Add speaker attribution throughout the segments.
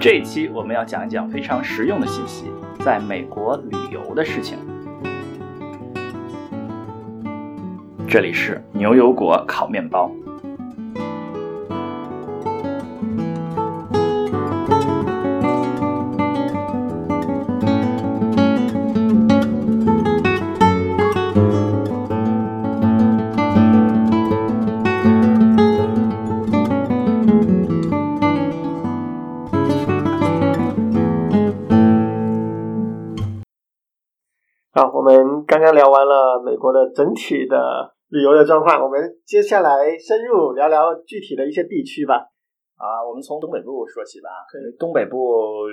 Speaker 1: 这一期我们要讲一讲非常实用的信息，在美国旅游的事情。这里是牛油果烤面包。
Speaker 2: 啊，我们刚刚聊完了美国的整体的旅游的状况，我们接下来深入聊聊具体的一些地区吧。
Speaker 1: 啊，我们从东北部说起吧。
Speaker 2: 可以
Speaker 1: 东北部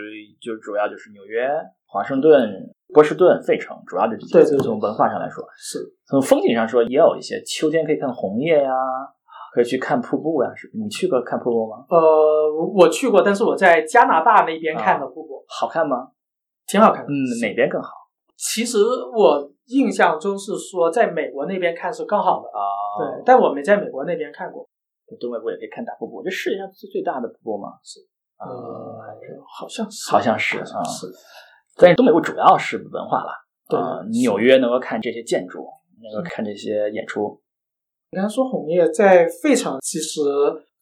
Speaker 1: 就主要就是纽约、华盛顿、波士顿、费城，主要就这些。
Speaker 2: 对对对
Speaker 1: 从文化上来说，
Speaker 2: 是，
Speaker 1: 从风景上说，也有一些秋天可以看红叶呀、可以去看瀑布呀、是你去过看瀑布吗？
Speaker 2: 呃，我去过，但是我在加拿大那边看的瀑布，
Speaker 1: 好看吗？
Speaker 2: 挺好看的。
Speaker 1: 嗯，哪边更好
Speaker 2: 其实我印象中是说，在美国那边看是更好的，
Speaker 1: 啊？
Speaker 2: 对，但我没在美国那边看过。
Speaker 1: 对，东北部也可以看大瀑布，这世界上最最大的瀑布吗？是啊。
Speaker 2: 呃好像是，
Speaker 1: 好像是
Speaker 2: 好像是，啊
Speaker 1: 但是东北部主要是文化了，
Speaker 2: 对
Speaker 1: 啊，
Speaker 2: 是
Speaker 1: 纽约能够看这些建筑，能够看这些演出，
Speaker 2: 你刚才说红叶，在费城其实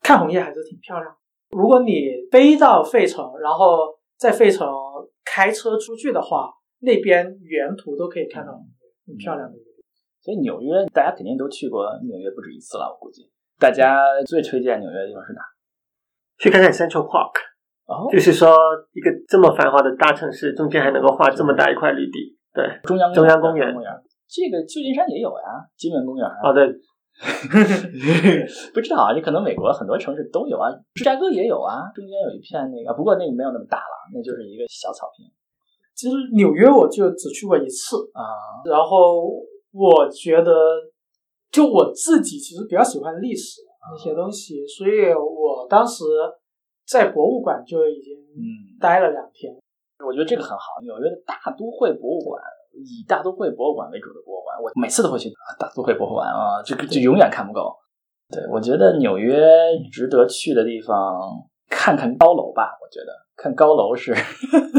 Speaker 2: 看红叶还是挺漂亮的。如果你飞到费城，然后在费城开车出去的话，那边沿途都可以看到
Speaker 3: 嗯
Speaker 2: 红叶，很漂亮的一个地
Speaker 1: 所以纽约大家肯定都去过纽约不止一次了，我估计。大家最推荐纽约的地方是哪？
Speaker 3: 去看看 Central Park，
Speaker 1: 哦
Speaker 3: 就是说一个这么繁华的大城市，中间还能够画这么大一块绿地，对，
Speaker 1: 中央
Speaker 3: 中央公
Speaker 1: 园。
Speaker 3: 园
Speaker 1: 公园这个旧金山也有呀，金门公园啊
Speaker 3: 哦 对，
Speaker 1: 不知道啊，你可能美国很多城市都有啊，芝加哥也有啊，中间有一片那个，不过那个没有那么大了，那就是一个小草坪
Speaker 2: 其实纽约我就只去过一次，
Speaker 1: 啊。
Speaker 2: 然后我觉得，就我自己其实比较喜欢历史
Speaker 3: 啊
Speaker 2: 那些东西，所以我当时在博物馆就已经
Speaker 1: 嗯，
Speaker 2: 待了两天。
Speaker 1: 我觉得这个很好。纽约的大都会博物馆，以大都会博物馆为主的博物馆，我每次都会去啊大都会博物馆啊，就就永远看不够。对，我觉得纽约值得去的地方，看看高楼吧。我觉得看高楼是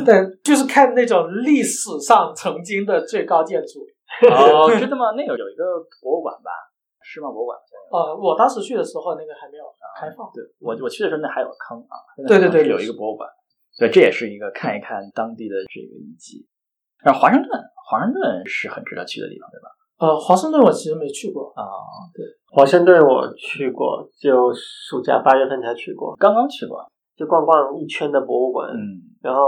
Speaker 2: 对，就是看那种历史上曾经的最高建筑。
Speaker 1: 哦，真的吗？那有有一个博物馆吧，世贸博物馆现在有。
Speaker 2: 呃，我当时去的时候，那个还没有
Speaker 3: 啊
Speaker 2: 开放。
Speaker 1: 对我我去的时候那还有个坑啊，现在
Speaker 2: 对对对
Speaker 1: 好像是有一个博物馆，对，这也是一个看一看当地的这个遗迹。然后华盛顿，华盛顿是很值得去的地方，对吧？
Speaker 2: 呃，华盛顿我其实没去过，
Speaker 1: 啊、
Speaker 3: 华盛顿我去过，就暑假八月份才去过，
Speaker 1: 刚刚去过，
Speaker 3: 就逛逛一圈的博物馆，
Speaker 1: 嗯，
Speaker 3: 然后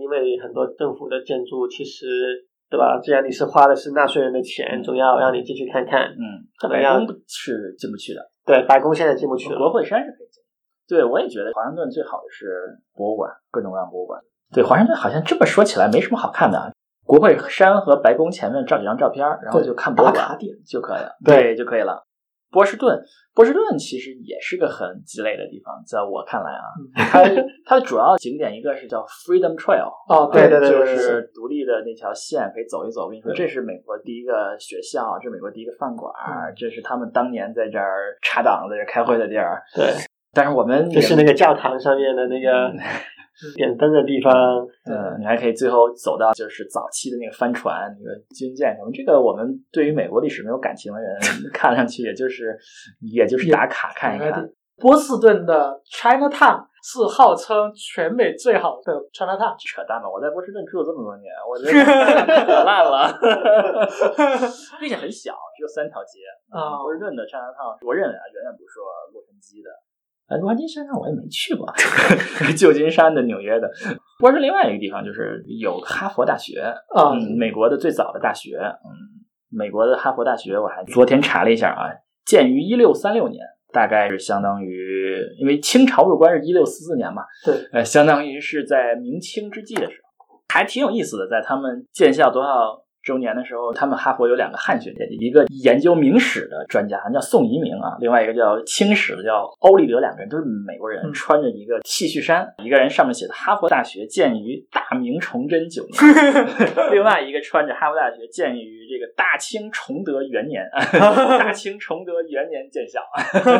Speaker 3: 因为很多政府的建筑其实。对吧？既然你是花的是纳税人的
Speaker 2: 嗯
Speaker 3: 钱，总要让你进去看看。
Speaker 1: 嗯，
Speaker 3: 怎么
Speaker 1: 白
Speaker 3: 样
Speaker 1: 宫不是进不去的，
Speaker 3: 对，白宫现在进不去了。
Speaker 1: 国会山是可以进的。对，我也觉得华盛顿最好的是博物馆，各种各样的博物馆。对，华盛顿好像这么说起来没什么好看的啊。国会山和白宫前面照几张照片，然后
Speaker 2: 对
Speaker 1: 就看博物
Speaker 2: 打卡
Speaker 1: 馆
Speaker 2: 点
Speaker 1: 就可以了，
Speaker 3: 对
Speaker 1: 就可以了。波士顿，波士顿其实也是个很鸡肋的地方，在我看来啊，
Speaker 2: 嗯
Speaker 1: 它它的主要景点一个是叫 Freedom Trail，
Speaker 2: 哦，
Speaker 3: 对对对
Speaker 1: 就
Speaker 3: 对
Speaker 1: 是独立的那条线，可以走一走。我跟你说，这是美国第一个学校，这是美国第一个饭馆，
Speaker 3: 嗯
Speaker 1: 这是他们当年在这儿插档、在这儿开会的地儿。
Speaker 3: 对，
Speaker 1: 但是我
Speaker 2: 嗯
Speaker 1: 们
Speaker 3: 就是那
Speaker 1: 个，
Speaker 3: 个教堂上面的那个 点灯的地方，
Speaker 1: 嗯，你还可以最后走到就是早期的那个帆船、那个军舰什么。这个我们对于美国历史没有感情的 人看上去，也就是也就是打卡看一看。
Speaker 2: 波士顿的 China Town 是号称全美最好的 China Town。
Speaker 1: 扯淡吧！我在波士顿住了这么多年，我 觉得可烂了， 并且很小，只有三条街。
Speaker 2: 啊
Speaker 1: 波士顿的 Chinatown，我认为啊，远远不说洛杉矶的。哎，洛杉矶、山上我也没去过，啊 旧金山的、纽约的。波士顿另外一个地方就是有哈佛大学，
Speaker 2: 啊，
Speaker 1: 嗯，美国的最早的大学，嗯，美国的哈佛大学，我还昨天查了一下啊，建于一六三六年，大概是相当于，因为清朝入关是一六四四年嘛，
Speaker 2: 对，
Speaker 1: 呃，相当于是在明清之际的时候，还挺有意思的，在他们建校都要周年的时候，他们哈佛有两个汉学界，一个研究明史的专家叫宋怡明啊，另外一个叫清史的叫欧立德，两个人都是美国人，
Speaker 2: 嗯
Speaker 1: 穿着一个 T 恤衫，一个人上面写的哈佛大学建于大明崇祯九年，另外一个穿着哈佛大学建于这个大清崇德元年，大清崇德元年建校，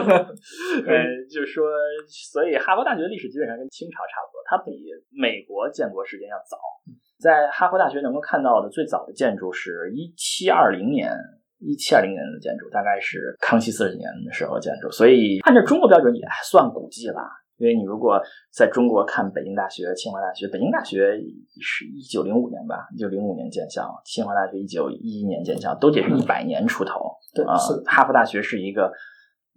Speaker 1: 呃，就是说，所以哈佛大学的历史基本上跟清朝差不多，它比美国建国时间要早。在哈佛大学能够看到的最早的建筑是一七二零年，一七二零年的建筑，大概是康熙四十年的时候建筑，所以按照中国标准也算古迹了。因为你如果在中国看北京大学、清华大学，北京大学是一九零五年吧，一九零五年建校，清华大学一九一一年建校，都得是一百年出头。
Speaker 2: 对
Speaker 1: 啊、
Speaker 2: 是
Speaker 1: 哈佛大学是一个，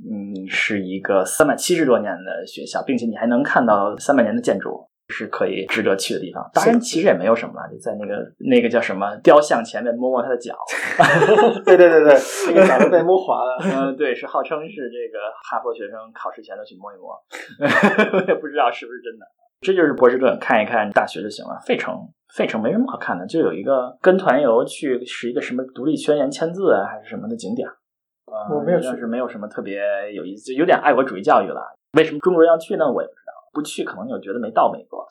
Speaker 1: 嗯，是一个三百七十多年的学校，并且你还能看到三百年的建筑，是可以值得去的地方。当然，其实也没有什么了，就在那个那个叫什么雕像前面摸摸它的脚。
Speaker 4: 对对对对， 那个早就被摸滑了。
Speaker 1: 嗯、对，是号称是这个哈佛学生考试前都去摸一摸， 我也不知道是不是真的。这就是波士顿，看一看大学就行了。费城，费城没什么好看的，就有一个跟团游去是一个什么独立宣言签字啊，还是什么的景点儿。呃，
Speaker 2: 我没有去
Speaker 1: 但是没有什么特别有意思，就有点爱国主义教育了。为什么中国人要去呢？我也不知道。不去可能有觉得没到美 国。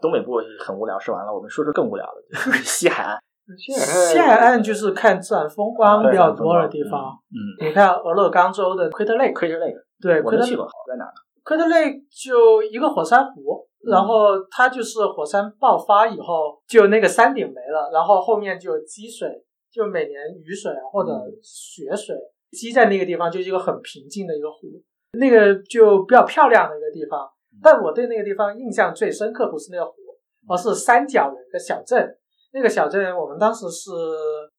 Speaker 1: 东北部很无聊，说完了，我们说说更无聊的，就是西海岸。
Speaker 2: 西海岸就是看自然风光比较多的地方。
Speaker 1: 嗯，
Speaker 2: 你看俄勒冈州的 Crater
Speaker 1: 嗯
Speaker 2: Lake，
Speaker 1: ，Crater Lake，
Speaker 2: 对
Speaker 1: 我没
Speaker 2: Crater
Speaker 1: 去过，好在哪儿呢？
Speaker 2: Crater Lake 就一个火山湖，
Speaker 1: 嗯
Speaker 2: 然后它就是火山爆发以后，就那个山顶没了，然后后面就有积水，就每年雨水啊或者
Speaker 1: 嗯
Speaker 2: 雪水积在那个地方，就是一个很平静的一个湖，那个就比较漂亮的一个地方。
Speaker 1: 嗯
Speaker 2: 但我对那个地方印象最深刻不是那个湖，而是山脚有一个小镇，那个小镇我们当时是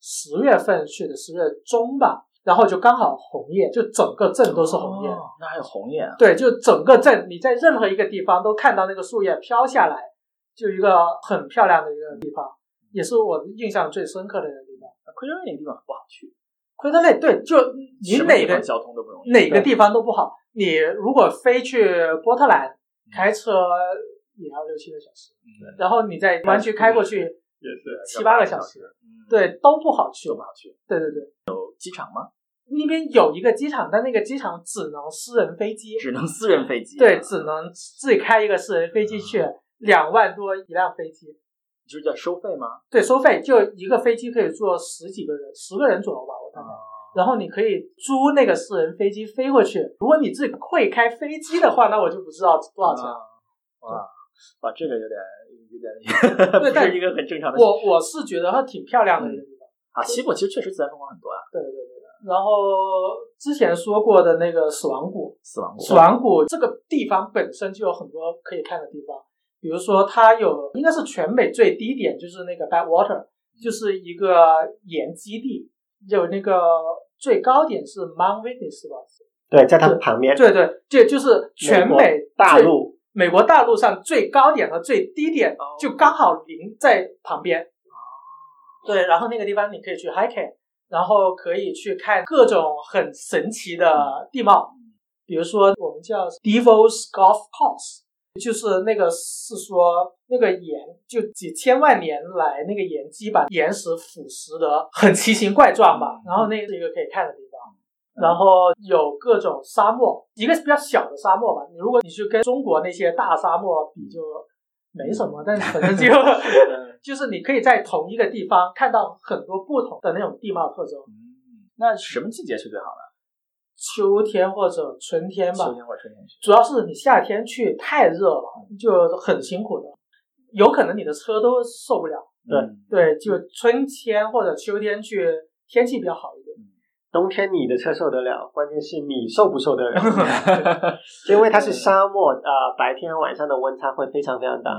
Speaker 2: 十月份去的，十月中吧，然后就刚好红叶，就整个镇都是红叶。
Speaker 1: 哦那还有红叶啊，
Speaker 2: 对，就整个镇，你在任何一个地方都看到那个树叶飘下来，就一个很漂亮的一个地方，也是我印象最深刻的一个地方。
Speaker 1: 昆山那个地方不好去，
Speaker 2: 奎特类，对，就你
Speaker 1: 什么
Speaker 2: 哪
Speaker 1: 地方
Speaker 2: 个
Speaker 1: 交通都不容易，
Speaker 2: 哪个
Speaker 1: 对
Speaker 2: 地方都不好。你如果飞去波特兰，开车也要六七个小时，
Speaker 1: 嗯
Speaker 2: 然后你在湾区开过去，
Speaker 4: 也是
Speaker 2: 七八个小时，
Speaker 1: 嗯，
Speaker 2: 对，都不好去
Speaker 1: 就不。好去。
Speaker 2: 对对对，
Speaker 1: 有机场吗？
Speaker 2: 那边有一个机场，但那个机场只能私人飞机，
Speaker 1: 只能私人飞机，
Speaker 2: 对，只能自己开一个私人飞机去，两万多一辆飞机，
Speaker 1: 就是叫收费吗？
Speaker 2: 对，收费就一个飞机可以坐十几个人，十个人左右吧，我
Speaker 1: 哦
Speaker 2: 大概。然后你可以租那个私人飞机飞过去。如果你自己会开飞机的话，那我就不知道多少钱。了。
Speaker 1: 啊哇哇，这个有点有 点，不
Speaker 2: 对但
Speaker 1: 是一个很正常的。
Speaker 2: 我我是觉得它挺漂亮的一个地方，
Speaker 1: 啊，西部其实确实自然风光很多啊，
Speaker 2: 对对对对。然后之前说过的那个死亡谷，
Speaker 1: 死亡谷，
Speaker 2: 死亡谷这个地方本身就有很多可以看的地方，比如说它有应该是全美最低点，就是那个 Backwater，就是一个盐基地，有那个最高点是 Mount Witness 吧？
Speaker 4: 对，在它旁边，
Speaker 2: 对对，这就是全
Speaker 4: 美国
Speaker 2: 美
Speaker 4: 大
Speaker 2: 最
Speaker 4: 陆
Speaker 2: 美国大陆上最高点和最低点
Speaker 1: 哦
Speaker 2: 就刚好临在旁边。对，然后那个地方你可以去 hiking，然后可以去看各种很神奇的地貌，比如说我们叫 Devil's Golf Course，就是那个是说那个岩就几千万年来那个岩基把岩石腐蚀得很奇形怪状吧，然后那是一个可以看的地方。然后有各种沙漠，一个是比较小的沙漠吧。你如果你去跟中国那些大沙漠比，就没什
Speaker 1: 嗯
Speaker 2: 么，但是 反正就 就是你可以在同一个地方看到很多不同的那种地貌特征。
Speaker 1: 嗯，那什么季节去最好
Speaker 4: 嗯
Speaker 1: 呢？
Speaker 2: 秋天或者春天吧
Speaker 1: 秋，天或嗯者春天去？
Speaker 2: 主要是你夏天去太热了，就很辛苦的，有可能你的车都受不了。
Speaker 4: 对
Speaker 1: 嗯，
Speaker 2: 对，就春天或者秋天去，天气比较好一点。
Speaker 4: 冬天你的车受得了，关键是你受不受得了， 就因为它是沙漠，呃，白天晚上的温差会非常非常大。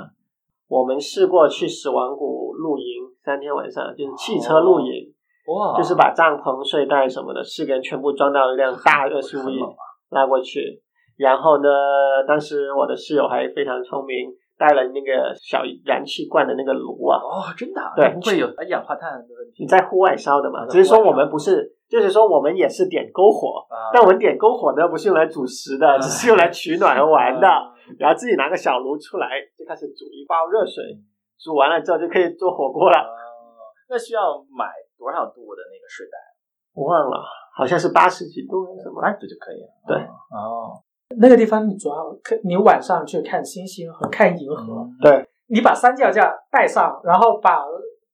Speaker 4: 我们试过去死亡谷露营三天晚上，就是汽车露营，
Speaker 1: 哇，
Speaker 4: 就是把帐篷、睡袋什么的，四个人全部装到一辆大 SUV 拉过去。然后呢，当时我的室友还非常聪明，带了那个小燃气罐的那个炉啊，
Speaker 1: 哦，真的啊，
Speaker 4: 对
Speaker 1: 那不会有二氧化碳的问题
Speaker 4: 你在户外烧的嘛，
Speaker 1: 在
Speaker 4: 只是说
Speaker 1: 户外
Speaker 4: 我们不是，就是说我们也是点篝火，
Speaker 1: 啊？
Speaker 4: 但我们点篝火呢，不是用来煮食的，只是用来取暖和玩的。
Speaker 1: 嗯啊
Speaker 4: 然后自己拿个小炉出来，就开始煮一煲热水，煮完了之后就可以做火锅了。
Speaker 1: 啊，那需要买多少度的那个睡袋？
Speaker 4: 我忘了，好像是八十几度还是什么。
Speaker 1: 八十度就可以了。
Speaker 4: 对
Speaker 1: 哦，
Speaker 2: 那个地方你主要看，你晚上去看星星和看银河，
Speaker 1: 嗯
Speaker 4: 对，
Speaker 2: 你把三脚架带上，然后把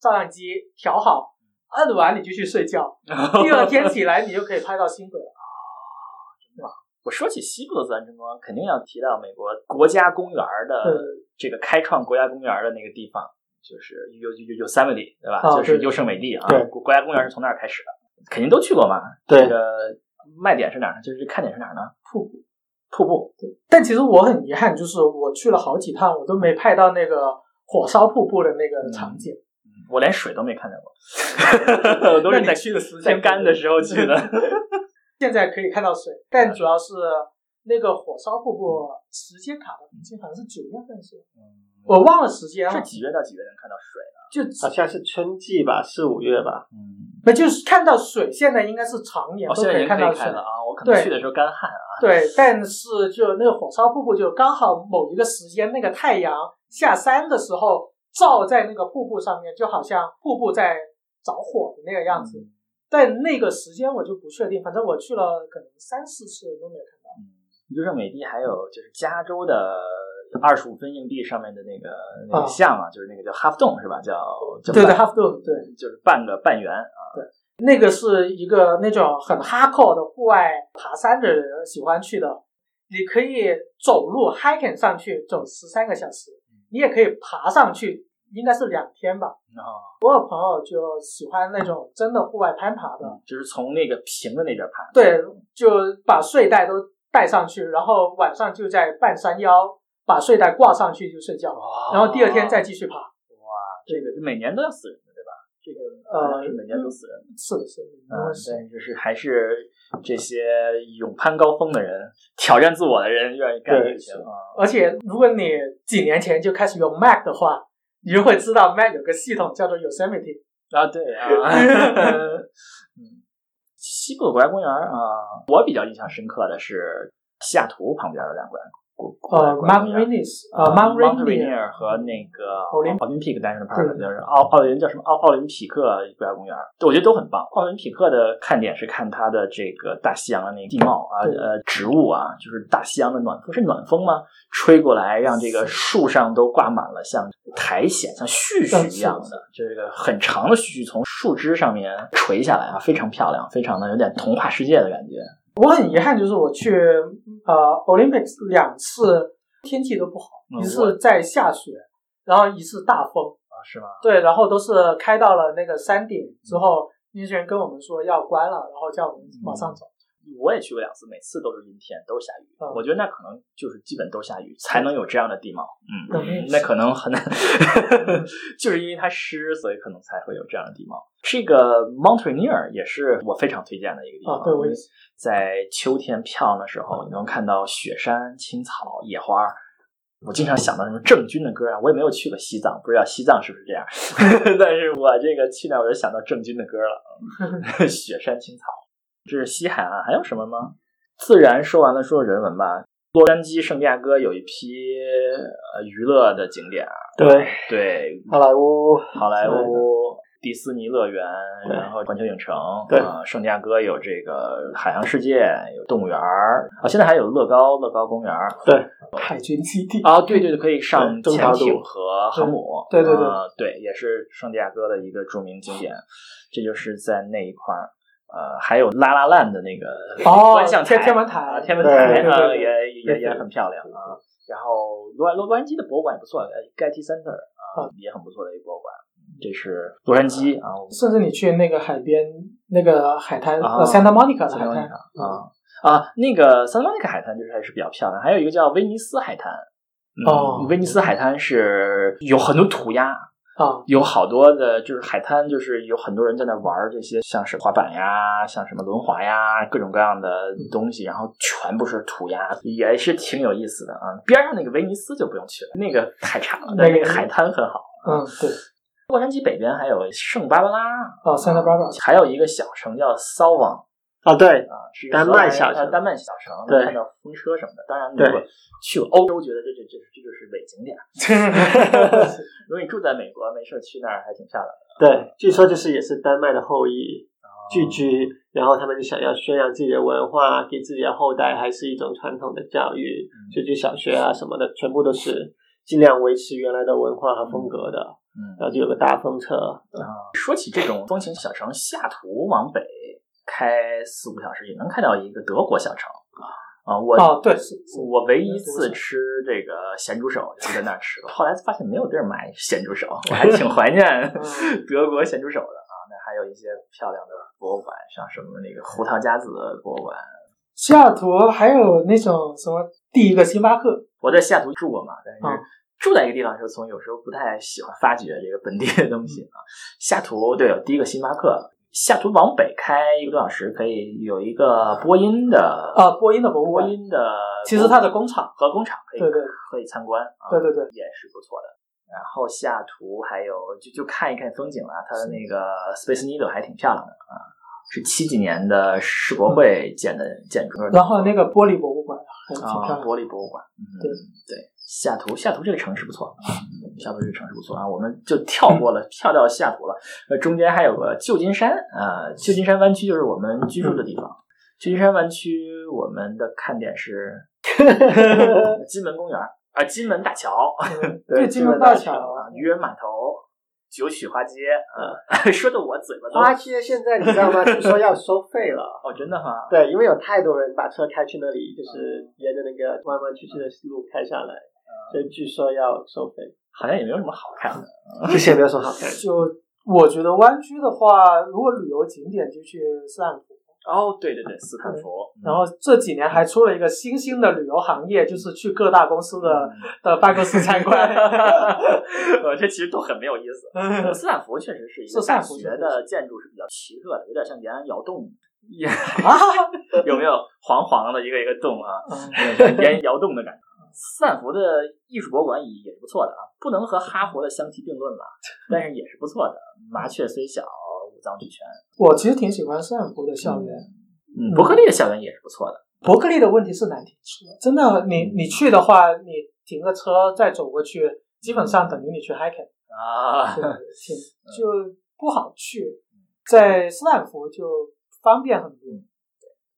Speaker 2: 照相机调好，按完你就去睡 觉，第二天起来你就可以拍到新轨了。
Speaker 1: 我说起西部的自然风光，肯定要提到美国国家公园的
Speaker 2: 对
Speaker 1: 这个开创国家公园的那个地方，就是有有有 Yosemite 对吧？
Speaker 2: 啊
Speaker 1: 就是
Speaker 2: 对
Speaker 1: 优胜美地啊。
Speaker 4: 对
Speaker 1: 国家公园是从那儿开始的，肯定都去过嘛。
Speaker 4: 对
Speaker 1: 这个卖点是哪儿呢？就是看点是哪儿呢？
Speaker 2: 瀑布。
Speaker 1: 瀑布。
Speaker 2: 但其实我很遗憾，就是我去了好几趟，我都没拍到那个火烧瀑布的那个场景。
Speaker 1: 嗯我连水都没看见过，我都是
Speaker 2: 那
Speaker 1: 在
Speaker 2: 你去嗯的时
Speaker 1: 在
Speaker 2: 间
Speaker 1: 干的时候去的。
Speaker 2: 现在可以看到水，但主要是那个火烧瀑布时间卡的很近，好像是九月份是吧，我忘了时间
Speaker 1: 是
Speaker 2: 了，
Speaker 1: 几月到几月能看到水呢？
Speaker 2: 就
Speaker 4: 好像是春季吧，四五月吧。
Speaker 1: 嗯，
Speaker 2: 那就是看到水，现哦在应该是常年
Speaker 1: 我
Speaker 2: 都
Speaker 1: 现在已经
Speaker 2: 看
Speaker 1: 可
Speaker 2: 到
Speaker 1: 以
Speaker 2: 水
Speaker 1: 看了啊，我可能
Speaker 2: 对
Speaker 1: 去的时候干旱啊。
Speaker 2: 对，但是就那个火烧瀑布，就刚好某一个时间，那个太阳下山的时候照在那个瀑布上面，就好像瀑布在着火的那个样子。但那个时间我就不确定，反正我去了可能三四次都没有看到。
Speaker 1: 优胜美地还有就是加州的二十五分营地上面的那个那个
Speaker 2: 啊
Speaker 1: 像嘛，就是那个叫哈弗洞是吧？叫叫
Speaker 2: 对对
Speaker 1: 半
Speaker 2: ，Half Dome，对，
Speaker 1: 就是半个半圆啊。
Speaker 2: 那个是一个那种很 hardcore 的户外爬山的人喜欢去的。你可以走路 hiking 上去，走十三个小时，你也可以爬上去，应该是两天吧。
Speaker 1: 然后
Speaker 2: 我有朋友就喜欢那种真的户外攀爬的，
Speaker 1: 就是从那个平的那边爬，
Speaker 2: 对，就把睡袋都带上去，然后晚上就在半山腰把睡袋挂上去就睡觉，
Speaker 1: 哇
Speaker 2: 然后第二天再继续爬。
Speaker 1: 哇，这个每年都要死人的对吧？这个
Speaker 2: 呃
Speaker 1: 好像是每年都死人的。
Speaker 2: 是的，是的，因
Speaker 1: 嗯，
Speaker 2: 为是
Speaker 1: 对，就是还是这些勇攀高峰的人、挑战自我的人愿意干
Speaker 4: 对
Speaker 1: 这些
Speaker 4: 是
Speaker 1: 啊。
Speaker 2: 而且如果你几年前就开始用 Mac 的话，你就会知道 Mac 有个系统叫做 Yosemite。
Speaker 1: 啊，对啊，嗯，西部国家公园儿啊，我比较印象深刻的是西雅图旁边的两个国国家
Speaker 2: 呃
Speaker 1: 公园
Speaker 2: ，Mount
Speaker 1: 儿
Speaker 2: Rainier，
Speaker 1: 呃
Speaker 2: 呃，Mount
Speaker 1: Mount
Speaker 2: Rainier，
Speaker 1: Rainier 和那个奥
Speaker 2: 奥
Speaker 1: 林
Speaker 2: 林
Speaker 1: 匹克 National Park，就
Speaker 2: 对
Speaker 1: 是奥奥林叫什么奥奥林匹克国家公园儿，我觉得都很棒。奥林匹克的看点是看它的这个大西洋的那个地貌啊，
Speaker 2: 对
Speaker 1: 呃，植物啊，就是大西洋的暖风是暖风吗？吹过来，让这个树上都挂满了像苔藓、像絮絮一样
Speaker 2: 是
Speaker 1: 的，这个很长的絮絮从树枝上面垂下来啊，非常漂亮，非常的有点童话世界的感觉。
Speaker 2: 我很遗憾，就是我去呃 Olympics 两次，天气都不好，
Speaker 1: 嗯
Speaker 2: 一次在下雪，然后一次大风，
Speaker 1: 啊，是吗？
Speaker 2: 对，然后都是开到了那个山顶之后，运行员跟我们说要关了，然后叫我们马上走。
Speaker 1: 我也去过两次，每次都是阴天，都是下雨。
Speaker 2: 嗯
Speaker 1: 我觉得那可能就是基本都是下雨，才能有这样的地貌。嗯，
Speaker 2: 嗯
Speaker 1: 那可能很难， 就是因为它湿，所以可能才会有这样的地貌。这个 Mount Rainier 也是我非常推荐的一个地方。
Speaker 2: 啊，对，我也是
Speaker 1: 在秋天漂亮的时候，你能看到雪山、青草、野花儿。我经常想到什么郑钧的歌啊，我也没有去过西藏，不知道西藏是不是这样。 但是我这个去那儿我就想到郑钧的歌了，雪山青草。这是西海岸，还有什么吗？自然说完了，说人文吧。洛杉矶、圣地亚哥有一批呃娱乐的景点儿，啊
Speaker 4: 对，
Speaker 1: 对，
Speaker 4: 好莱坞
Speaker 1: 好莱
Speaker 4: 之类的
Speaker 1: 坞、迪斯尼乐园，
Speaker 4: 对
Speaker 1: 然后环球影城，
Speaker 4: 对
Speaker 1: 啊圣地亚哥有这个海洋世界，有动物园儿，啊，现在还有乐高乐高公园儿。
Speaker 4: 对
Speaker 2: 海军基地。
Speaker 1: 啊，对对对，可以上
Speaker 4: 对中
Speaker 1: 潜
Speaker 4: 华路
Speaker 1: 艇和航母，
Speaker 2: 对对对对
Speaker 1: 呃对，也是圣地亚哥的一个著名景点，这就是在那一块儿。呃，还有拉拉烂的那个
Speaker 2: 哦
Speaker 1: 观象台，
Speaker 2: 天天文台
Speaker 1: 啊天文台
Speaker 4: 对对
Speaker 1: 啊，
Speaker 2: 对对
Speaker 1: 也也
Speaker 4: 对
Speaker 1: 也很漂亮啊。然后洛洛杉矶的博物馆也不错，呃，Getty Center
Speaker 2: 哦
Speaker 1: 啊，也很不错的一个博物馆。这是洛杉矶啊，我们
Speaker 2: 甚至你去那个海边，那个海滩，
Speaker 1: 啊
Speaker 2: 呃，Santa Monica 的
Speaker 1: 斯
Speaker 2: 海
Speaker 1: 洛文尼
Speaker 2: 滩
Speaker 1: 亚，啊啊，那个萨拉曼卡海滩就是还是比较漂亮，还有一个叫威尼斯海滩。嗯
Speaker 2: 哦
Speaker 1: 威尼斯海滩是有很多涂鸦，
Speaker 2: 啊，
Speaker 1: 有好多的，就是海滩，就是有很多人在那玩儿这些，像是滑板呀，像什么轮滑呀，各种各样的东西，然后全部是涂鸦，也是挺有意思的啊。边上那个威尼斯就不用去了，那个太差了，但是那个海滩很好。
Speaker 2: 嗯，对，
Speaker 1: 洛杉矶北边还有圣巴巴拉，
Speaker 2: 哦，Santa Barbara，
Speaker 1: 还有一个小城叫骚网，
Speaker 4: 啊，对，
Speaker 1: 啊，是一个
Speaker 4: 丹
Speaker 1: 荷兰
Speaker 4: 麦小
Speaker 1: 呃
Speaker 4: 城
Speaker 1: 丹麦小城，
Speaker 4: 对
Speaker 1: 看到风车什么的。当然，如
Speaker 4: 对
Speaker 1: 果去过欧洲，觉得这这这这就是伪景 点。如果你住在美国，没事儿去那儿还挺漂亮的。
Speaker 4: 对，据说就是也是丹麦的后裔聚居，然后他们就想要宣扬自己的文化，给自己的后代还是一种传统的教育，
Speaker 1: 嗯
Speaker 4: 就去小学啊什么的，全部都是尽量维持原来的文化和风格的。
Speaker 1: 嗯，
Speaker 4: 然后就有个大风车，
Speaker 1: 说起这种风情小城，西雅图往北开四五小时也能开到一个德国小城啊。我
Speaker 2: 哦，对，是是
Speaker 1: 我唯一一次吃这个咸猪手就是在那儿吃 的，后来发现没有地儿买咸猪手，我还挺怀念
Speaker 2: 嗯
Speaker 1: 德国咸猪手的啊。那还有一些漂亮的博物馆，像什么那个胡桃夹子博物馆。
Speaker 2: 西雅图还有那种什么第一个星巴克，
Speaker 1: 我在西雅图住过嘛，但是
Speaker 2: 嗯
Speaker 1: 住在一个地方的时候，从有时候不太喜欢发掘这个本地的东西
Speaker 2: 嗯
Speaker 1: 啊。西雅图对，有第一个星巴克。西雅图往北开一个多小时，可以有一个波音的
Speaker 2: 啊，波音的博物
Speaker 1: 波
Speaker 2: 馆，
Speaker 1: 音的，
Speaker 2: 其实它的工厂，
Speaker 1: 和工厂可以
Speaker 2: 对对
Speaker 1: 可以参观啊，
Speaker 2: 对对对，
Speaker 1: 也是不错的。然后西雅图还有就就看一看风景啦，它的那个 Space Needle 还挺漂亮的啊，是七几年的世博会建的建筑，
Speaker 2: 然后那个玻璃博物馆还挺漂
Speaker 1: 啊，
Speaker 2: 亮的。
Speaker 1: 玻璃博物馆。嗯，
Speaker 2: 对
Speaker 1: 对，西雅图，西雅图这个城市不错，啊西雅图这个城市不错啊。我们就跳过了，跳到西雅图了。呃，中间还有个旧金山啊、呃旧金山湾区就是我们居住的地方。旧金山湾区我们的看点 是金门公园儿啊、金门大桥，
Speaker 2: 嗯
Speaker 1: 对
Speaker 2: 金门大
Speaker 1: 桥
Speaker 2: 桥
Speaker 1: 啊，渔人码头。九曲花街，呃， 说的我嘴巴都
Speaker 4: 花街啊现在你知道吗？据说要收费 了。
Speaker 1: 哦，真的吗？
Speaker 4: 对，因为有太多人把车开去那里，就是沿着那个弯弯曲曲的路开下来，所以据说要收费。
Speaker 1: 嗯好像也没有什么好看的。
Speaker 4: 这些没有什么好看。
Speaker 2: 就我觉得湾区的话，如果旅游景点就去斯坦福，
Speaker 1: 哦，对对对，斯坦福，
Speaker 2: 然后这几年还出了一个新兴的旅游行业，就是去各大公司的
Speaker 1: 嗯
Speaker 2: 的办公室参观。
Speaker 1: 呃，这其实都很没有意思。 斯坦福确实是一个
Speaker 2: 斯
Speaker 1: 大
Speaker 2: 坦福
Speaker 1: 学的建筑是比较奇特的，有点像延安窑洞，也
Speaker 2: 啊，
Speaker 1: 有没 有黄黄的一个一个洞啊，
Speaker 2: 嗯
Speaker 1: 有点像延安窑洞的感觉。斯坦福的艺术博物馆也是不错的啊，不能和哈佛的相提并论 了，但是也是不错的。麻雀虽小，五脏俱全。
Speaker 2: 我其实挺喜欢斯坦福的校园。
Speaker 1: 嗯，伯克利的校园也是不错的。
Speaker 2: 伯克利的问题是难停车，真的，你你去的话，你停个车再走过去，基本上等于你去 hiking，
Speaker 1: 啊，
Speaker 2: 对挺就不好去。在斯坦福就方便很多，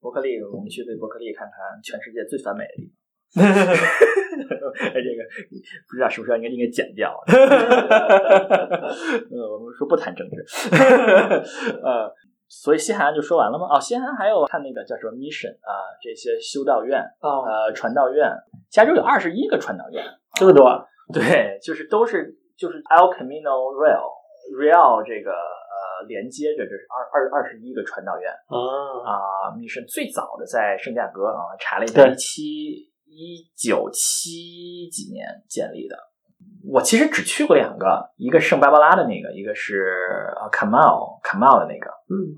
Speaker 1: 伯克利，我们去对伯克利看看全世界最繁美的地方。 哎这个不知道是不是应该应该剪掉？啊 呃，我们说不谈政治。呃，所以西海岸就说完了吗？哦，西海岸还有看那个叫什么 Mission 啊、这些修道院、
Speaker 2: 啊，
Speaker 1: 呃传道院，加州有二十一个传道院，
Speaker 4: 这么多啊？
Speaker 1: 对，就是都是就是 El Camino Real Real 这个呃连接着这是二二二十一个传道院。
Speaker 4: 啊，
Speaker 1: 啊、密室最早的在圣地亚哥啊，查了一下，
Speaker 4: 对
Speaker 1: 一七一九七几年建立的。我其实只去过两个，一个圣芭芭拉的那个，一个是呃卡茂卡茂的那个
Speaker 4: 嗯，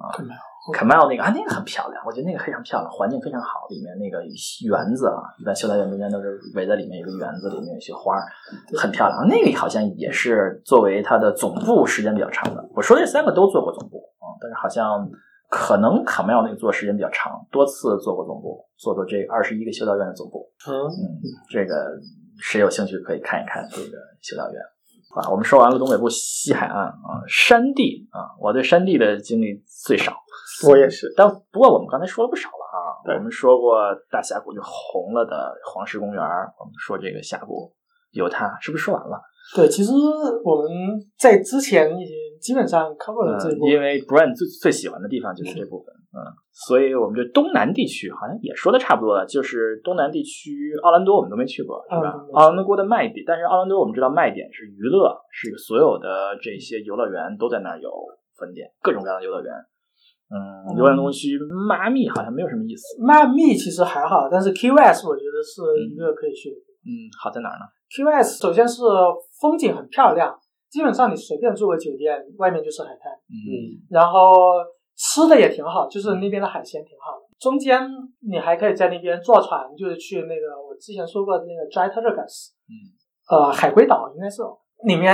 Speaker 1: 卡茂那个啊，那个很漂亮，我觉得那个非常漂亮，环境非常好，里面那个园子啊，一般修道院中间都是围在里面有个园子，里面有些花儿，很漂亮。那个好像也是作为它的总部时间比较长的。我说这三个都做过总部啊、但是好像可能卡梅尔那个做时间比较长，多次做过总部，做过这二十一个修道院的总部。
Speaker 4: 嗯，
Speaker 1: 嗯，这个谁有兴趣可以看一看这个修道院。啊，我们说完了东北部西海岸啊，山地啊，我对山地的经历最少。
Speaker 4: 我也是。
Speaker 1: 但不过我们刚才说了不少了啊，
Speaker 4: 对
Speaker 1: 我们说过大峡谷就红了的黄石公园儿，我们说这个峡谷有它，是不是说完了？
Speaker 2: 对，其实我们在之前已经基本上 cover 了这一
Speaker 1: 嗯
Speaker 2: 部，
Speaker 1: 因为 Brian 最最喜欢的地方就是这部分，嗯，所以我们就东南地区好像也说的差不多了，就是东南地区奥兰多我们都没去过，是吧
Speaker 2: 嗯？
Speaker 1: 奥兰多的卖点，但是奥兰多我们知道卖点是娱乐，是所有的这些游乐园都在那儿有分店，各种各样的游乐园。嗯，游乐园东西，妈咪好像没有什么意思。
Speaker 2: 曼密其实还好，但是 Key West 我觉得是一个可以去的。
Speaker 1: 嗯，好在哪儿呢？
Speaker 2: Key West 首先是风景很漂亮，基本上你随便住个酒店，外面就是海滩。
Speaker 1: 嗯，
Speaker 2: 然后吃的也挺好，就是那边的海鲜挺好的。中间你还可以在那边坐船，就是去那个我之前说过的那个 Dry Tortugas，
Speaker 1: 嗯，
Speaker 2: 呃，海龟岛应该是里面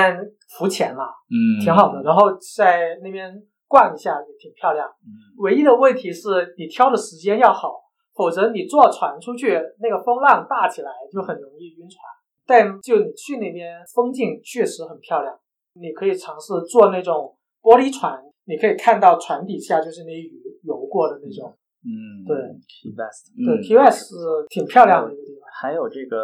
Speaker 2: 浮潜啦，
Speaker 1: 嗯，
Speaker 2: 挺好的。然后在那边逛一下也挺漂亮。
Speaker 1: 嗯
Speaker 2: 唯一的问题是你挑的时间要好，否则你坐船出去，那个风浪大起来就很容易晕船。但就你去那边，风景确实很漂亮，你可以尝试坐那种玻璃船，你可以看到船底下就是那鱼游过的那种。
Speaker 1: 嗯，
Speaker 2: 对
Speaker 1: ，Key West，
Speaker 2: 对
Speaker 1: 嗯
Speaker 2: ，T S 是挺漂亮的一个地方。
Speaker 1: 还有这个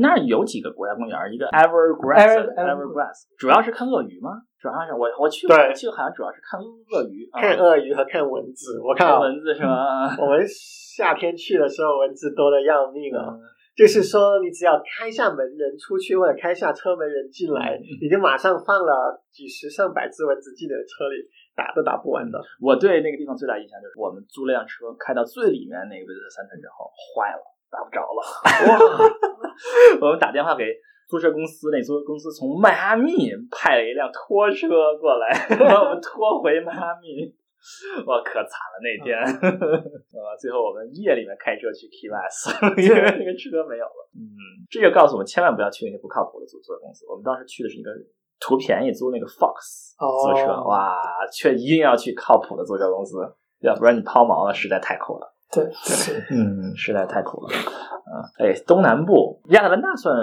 Speaker 1: 那儿有几个国家公园，一个 Evergrass
Speaker 2: Ever-
Speaker 1: Evergrass，主要是看鳄鱼吗？主要是我我去
Speaker 4: 对
Speaker 1: 我去好像主要是看鳄鱼，啊
Speaker 4: 看鳄鱼和看蚊子，我看
Speaker 1: 看
Speaker 4: 啊
Speaker 1: 蚊子是吗？
Speaker 4: 我们夏天去的时候，蚊子多的要命啊、就是说，你只要开下门人出去，或者开下车门人进
Speaker 2: 嗯
Speaker 4: 来，你就马上放了几十上百只蚊子进你的车里，打都打不完的。
Speaker 1: 我对那个地方最大印象就是，我们租了辆车开到最里面那个维特三城之后，坏了，打不着了。 我们打电话给租车公司，那租车公司从迈阿密派了一辆拖车过来， 把我们拖回迈阿密。我可惨了那天， 呃，最后我们夜里面开车去 Key West，因为那个车没有了。嗯，这就告诉我们千万不要去那些不靠谱的租车公司。我们当时去的是一个图便宜租那个 Fox
Speaker 2: 哦
Speaker 1: 租车，哇，却一定要去靠谱的租车公司，要不然你抛锚了实在太苦了。
Speaker 2: 对，是
Speaker 1: 嗯，实在太苦了。啊，哎，东南部亚特兰大算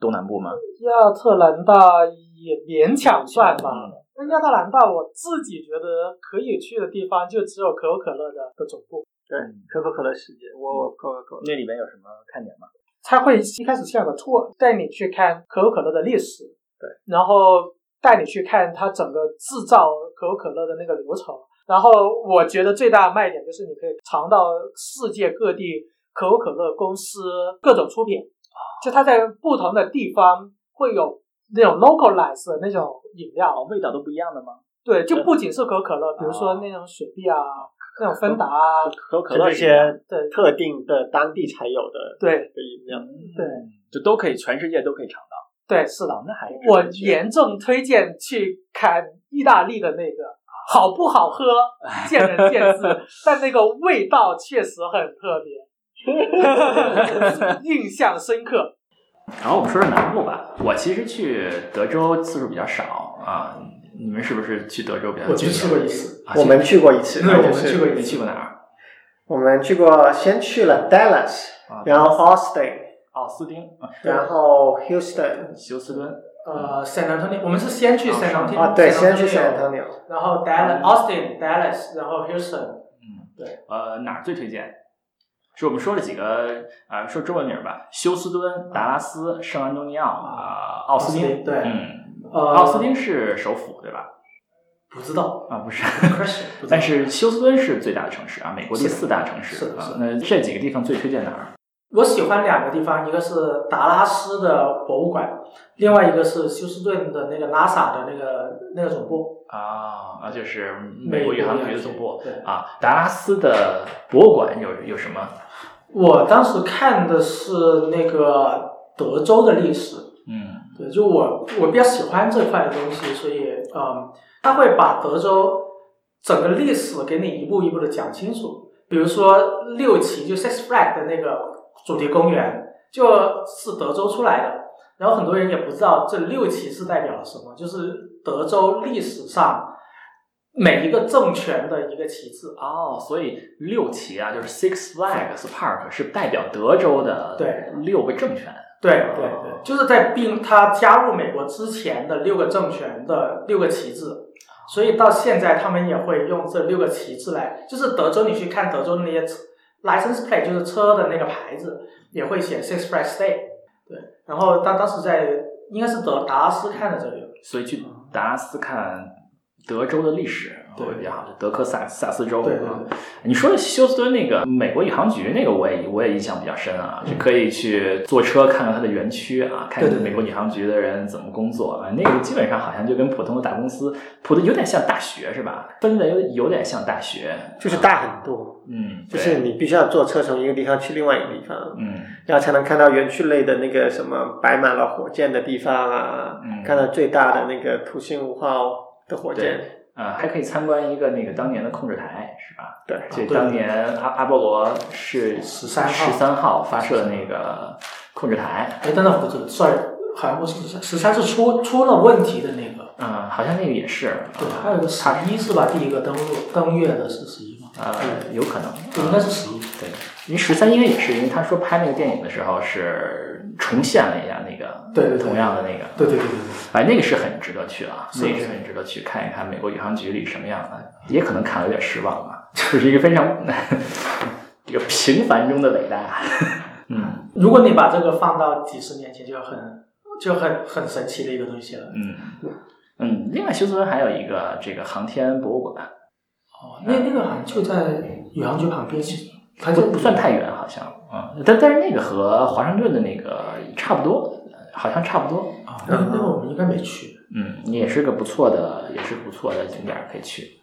Speaker 1: 东南部吗？
Speaker 2: 亚特兰大也勉强算吧。
Speaker 1: 嗯
Speaker 2: 那亚特兰大我自己觉得可以去的地方，就只有可口可乐的的总部。
Speaker 4: 对，
Speaker 1: 嗯
Speaker 4: 可口可乐世界，我可口可乐。
Speaker 1: 那里面有什么看点吗？
Speaker 2: 他会一开始先有个 tour 带你去看可口可乐的历史，
Speaker 4: 对，
Speaker 2: 然后带你去看它整个制造可口可乐的那个流程。然后我觉得最大的卖点就是你可以尝到世界各地可口可乐公司各种出品，
Speaker 1: 啊
Speaker 2: 就它在不同的地方会有那种 localize 的那种饮料，
Speaker 1: 哦味道都不一样的吗？
Speaker 2: 对，就不仅是可口可乐，比如说
Speaker 1: 哦
Speaker 2: 那种雪碧啊，那种芬达啊，
Speaker 1: 可口可
Speaker 4: 就
Speaker 1: 乐
Speaker 4: 这
Speaker 1: 是一样
Speaker 4: 些
Speaker 2: 对
Speaker 4: 特定的当地才有的
Speaker 2: 对
Speaker 4: 的饮料，
Speaker 2: 对
Speaker 1: 嗯就都可以，全世界都可以尝到。
Speaker 2: 对，是的。
Speaker 1: 那还是
Speaker 2: 我严重推荐去看意大利的那个，好不好 喝见仁见智，但那个味道确实很特 别，印象深刻。
Speaker 1: 然后我们说说南部吧。我其实去德州次数比较少啊，你们是不是去德州比较？
Speaker 2: 我就去过一次
Speaker 1: 啊
Speaker 4: 我们去过一次，
Speaker 2: 对
Speaker 4: 就
Speaker 2: 我们去
Speaker 4: 是
Speaker 2: 过一次
Speaker 1: 你去过哪儿？
Speaker 4: 我们去过，先去了 Dallas，
Speaker 1: 啊
Speaker 4: 然后 Austin，
Speaker 1: 奥斯汀、啊
Speaker 4: 然后 Houston，
Speaker 1: 休斯顿。
Speaker 5: 呃，San Antonio，我们是先去 San Antonio，
Speaker 4: 啊，对，先去
Speaker 5: San
Speaker 4: San
Speaker 5: Antonio，
Speaker 4: Antonio。嗯
Speaker 5: 然后 Dallas、Austin、Dallas，然后 Houston。
Speaker 1: 嗯，
Speaker 5: 对。
Speaker 1: 呃，哪儿最推荐？是我们说了几个啊、说中文名儿吧，休斯敦、达拉斯、圣安东尼奥啊、奥斯
Speaker 5: 奥斯
Speaker 1: 汀。
Speaker 5: 汀对
Speaker 1: 嗯，
Speaker 5: 呃，
Speaker 1: 奥斯汀是首府对吧？
Speaker 5: 不知 道
Speaker 1: 啊，不是。
Speaker 5: ，Christian，不知道
Speaker 1: 但是休斯敦是最大的城市啊，美国第四大城市
Speaker 5: 是的
Speaker 1: 啊
Speaker 5: 是。的
Speaker 1: 那这几个地方最推荐哪儿？
Speaker 5: 我喜欢两个地方，一个是达拉斯的博物馆，另外一个是休斯顿的那个 NASA 的那个那个总部，
Speaker 1: 啊，那就是美国宇航局的总部
Speaker 5: 对，
Speaker 1: 啊。达拉斯的博物馆有有什么？
Speaker 5: 我当时看的是那个德州的历史，
Speaker 1: 嗯
Speaker 5: 对，就我我比较喜欢这块的东西，所以嗯，他会把德州整个历史给你一步一步的讲清楚。比如说六旗就 Six Flag 的那个主题公园，就是德州出来的，然后很多人也不知道这六旗是代表了什么，就是德州历史上每一个政权的一个旗帜。
Speaker 1: 哦，所以六旗啊，就是 Six Flags Park 是代表德州的
Speaker 5: 对
Speaker 1: 六个政权。
Speaker 5: 对对对，就是在并他加入美国之前的六个政权的六个旗帜，所以到现在他们也会用这六个旗帜来，就是德州你去看德州那些车 license plate，就是车的那个牌子也会写 Six Flags State，对，然后当当时在应该是德达拉斯看的这个，
Speaker 1: 所以去达拉斯看德州的历史
Speaker 5: 对
Speaker 1: 会比较好，德克萨萨斯州。啊
Speaker 5: 对对对。
Speaker 1: 你说的休斯敦那个美国宇航局那个，我也我也印象比较深啊，就可以去坐车看看它的园区啊，
Speaker 5: 嗯
Speaker 1: 看
Speaker 5: 对对对
Speaker 1: 美国宇航局的人怎么工作啊。那个基本上好像就跟普通的大公司，普通有点像大学是吧？氛围有有点像大学，啊
Speaker 4: 就是大很多，
Speaker 1: 嗯，
Speaker 4: 就
Speaker 1: 对，
Speaker 4: 是你必须要坐车从一个地方去另外一个地方，
Speaker 1: 嗯
Speaker 4: 然后才能看到园区内的那个什么摆满了火箭的地方啊，
Speaker 1: 嗯
Speaker 4: 看到最大的那个土星五号的火箭，
Speaker 1: 呃，还可以参观一个那个当年的控制台是吧？
Speaker 4: 啊对，
Speaker 1: 这
Speaker 5: 对
Speaker 1: 当年阿阿波罗是
Speaker 5: 13号
Speaker 1: 十三号发射的那个控制台，
Speaker 5: 哎，等等，不对，sorry，好像不是十三是出出了问题的那个，
Speaker 1: 嗯，好像那个也是，
Speaker 2: 对，
Speaker 1: 啊
Speaker 2: 还有个十一是吧？第一个登陆登月的是十一嘛？
Speaker 1: 呃，有可能，
Speaker 2: 对，应
Speaker 1: 嗯
Speaker 2: 该是十一。
Speaker 1: 对，因为十三因为也是，因为他说拍那个电影的时候是重现了一下那个，
Speaker 2: 对对对
Speaker 1: 同样的那个，
Speaker 2: 对对对对对，
Speaker 1: 哎，那个是很值得去啊，
Speaker 2: 是
Speaker 1: 那个是很值得去看一看美国宇航局里什么样的，也可能看了有点失望啊，就是一个非常 一个平凡中的伟大，嗯
Speaker 2: 如果你把这个放到几十年前，就很就很很神奇的一个东西了。
Speaker 1: 嗯嗯。另外，休斯敦还有一个这个航天博物馆，
Speaker 2: 哦，那那个好像就在宇航局旁边，它就
Speaker 1: 不不算太远，好像啊、嗯，但但是那个和华盛顿的那个差不多，好像差不多，
Speaker 2: 啊，那那个我们应该没去。
Speaker 1: 嗯，也是个不错的，也是不错的景点儿可以去。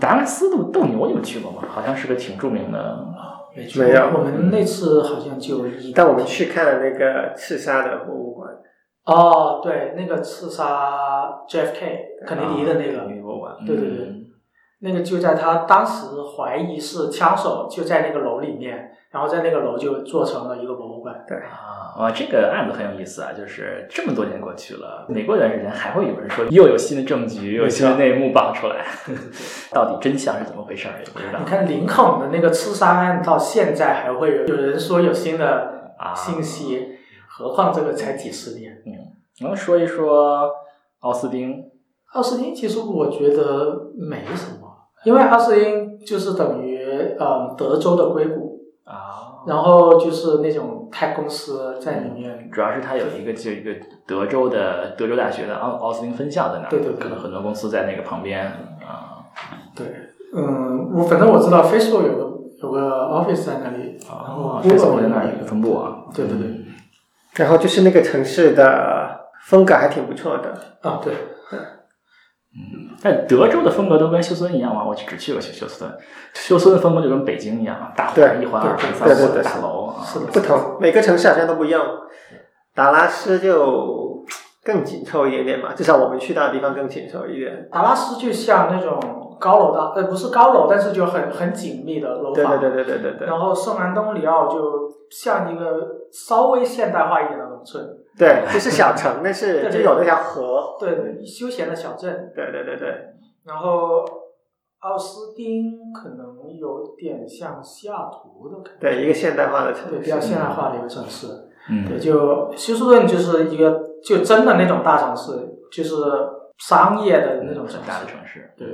Speaker 1: 达拉斯斗斗牛你们去过吗？好像是个挺著名的，
Speaker 2: 没去，
Speaker 4: 没有
Speaker 2: 我们那次好像就一。
Speaker 4: 但我们去看了那个刺杀的博物馆，
Speaker 2: 哦，对，那个刺杀 JFK 肯尼迪的那个，
Speaker 1: 女博物啊馆，
Speaker 2: 对对对
Speaker 1: 嗯
Speaker 2: 那个就在他当时怀疑是枪手，就在那个楼里面，然后在那个楼就做成了一个博物馆。
Speaker 1: 啊，哇，这个案子很有意思啊！就是这么多年过去了，每过一段时间还会有人说又有新的证据，又有新的内幕爆出来， 到底真相是怎么回事儿也不知道
Speaker 2: 你看林肯的那个刺杀案到现在还会有有人说有新的
Speaker 1: 啊。
Speaker 2: 信息，何况这个才几十年。
Speaker 1: 能说一说奥斯汀？
Speaker 2: 奥斯汀其实我觉得没什么，因为奥斯汀就是等于嗯德州的硅谷，
Speaker 1: 啊，
Speaker 2: 然后就是那种开公司在里面，
Speaker 1: 主要是它有一个就一个德州的德州大学的奥奥斯汀分校在那儿，
Speaker 2: 对对对
Speaker 1: 可能很多公司在那个旁边啊。
Speaker 2: 对，嗯，我反正我知道 Facebook 有个有个 office 在那里，然后
Speaker 1: 哦，这次我
Speaker 2: Google
Speaker 1: 在那儿有一个分布啊。
Speaker 2: 对对对，
Speaker 4: 然后就是那个城市的风格还挺不错的。
Speaker 2: 啊对，
Speaker 1: 但德州的风格都跟休斯敦一样吗？我只去过休休斯顿，休斯顿的风格就跟北京一样，大环
Speaker 4: 对
Speaker 1: 一环、二环、三
Speaker 4: 对对
Speaker 1: 环
Speaker 4: 对
Speaker 1: 大楼啊。
Speaker 2: 是的，
Speaker 4: 不同，每个城市好像都不一样。达拉斯就更紧凑一点点吧，至少我们去到的地方更紧凑一点。
Speaker 2: 达拉斯就像那种高楼大，呃，不是高楼，但是就很很紧密的楼
Speaker 4: 对
Speaker 2: 房。
Speaker 4: 对对对对 对对
Speaker 2: 然后圣安东尼奥就像一个稍微现代化一点的农村，
Speaker 4: 对，就是小城，但是就有那条河。
Speaker 2: 对对，休闲的小镇。
Speaker 4: 对对对对，
Speaker 2: 然后奥斯汀可能有点像西雅图的感觉，
Speaker 4: 对一个现代化的城
Speaker 2: 对比较
Speaker 4: 市。
Speaker 2: 现代化的一个城市。对，
Speaker 1: 嗯，
Speaker 2: 就休斯顿就是一个就真的那种大城市，就是商业的那种城
Speaker 1: 很
Speaker 2: 市。
Speaker 1: 大的城市。对，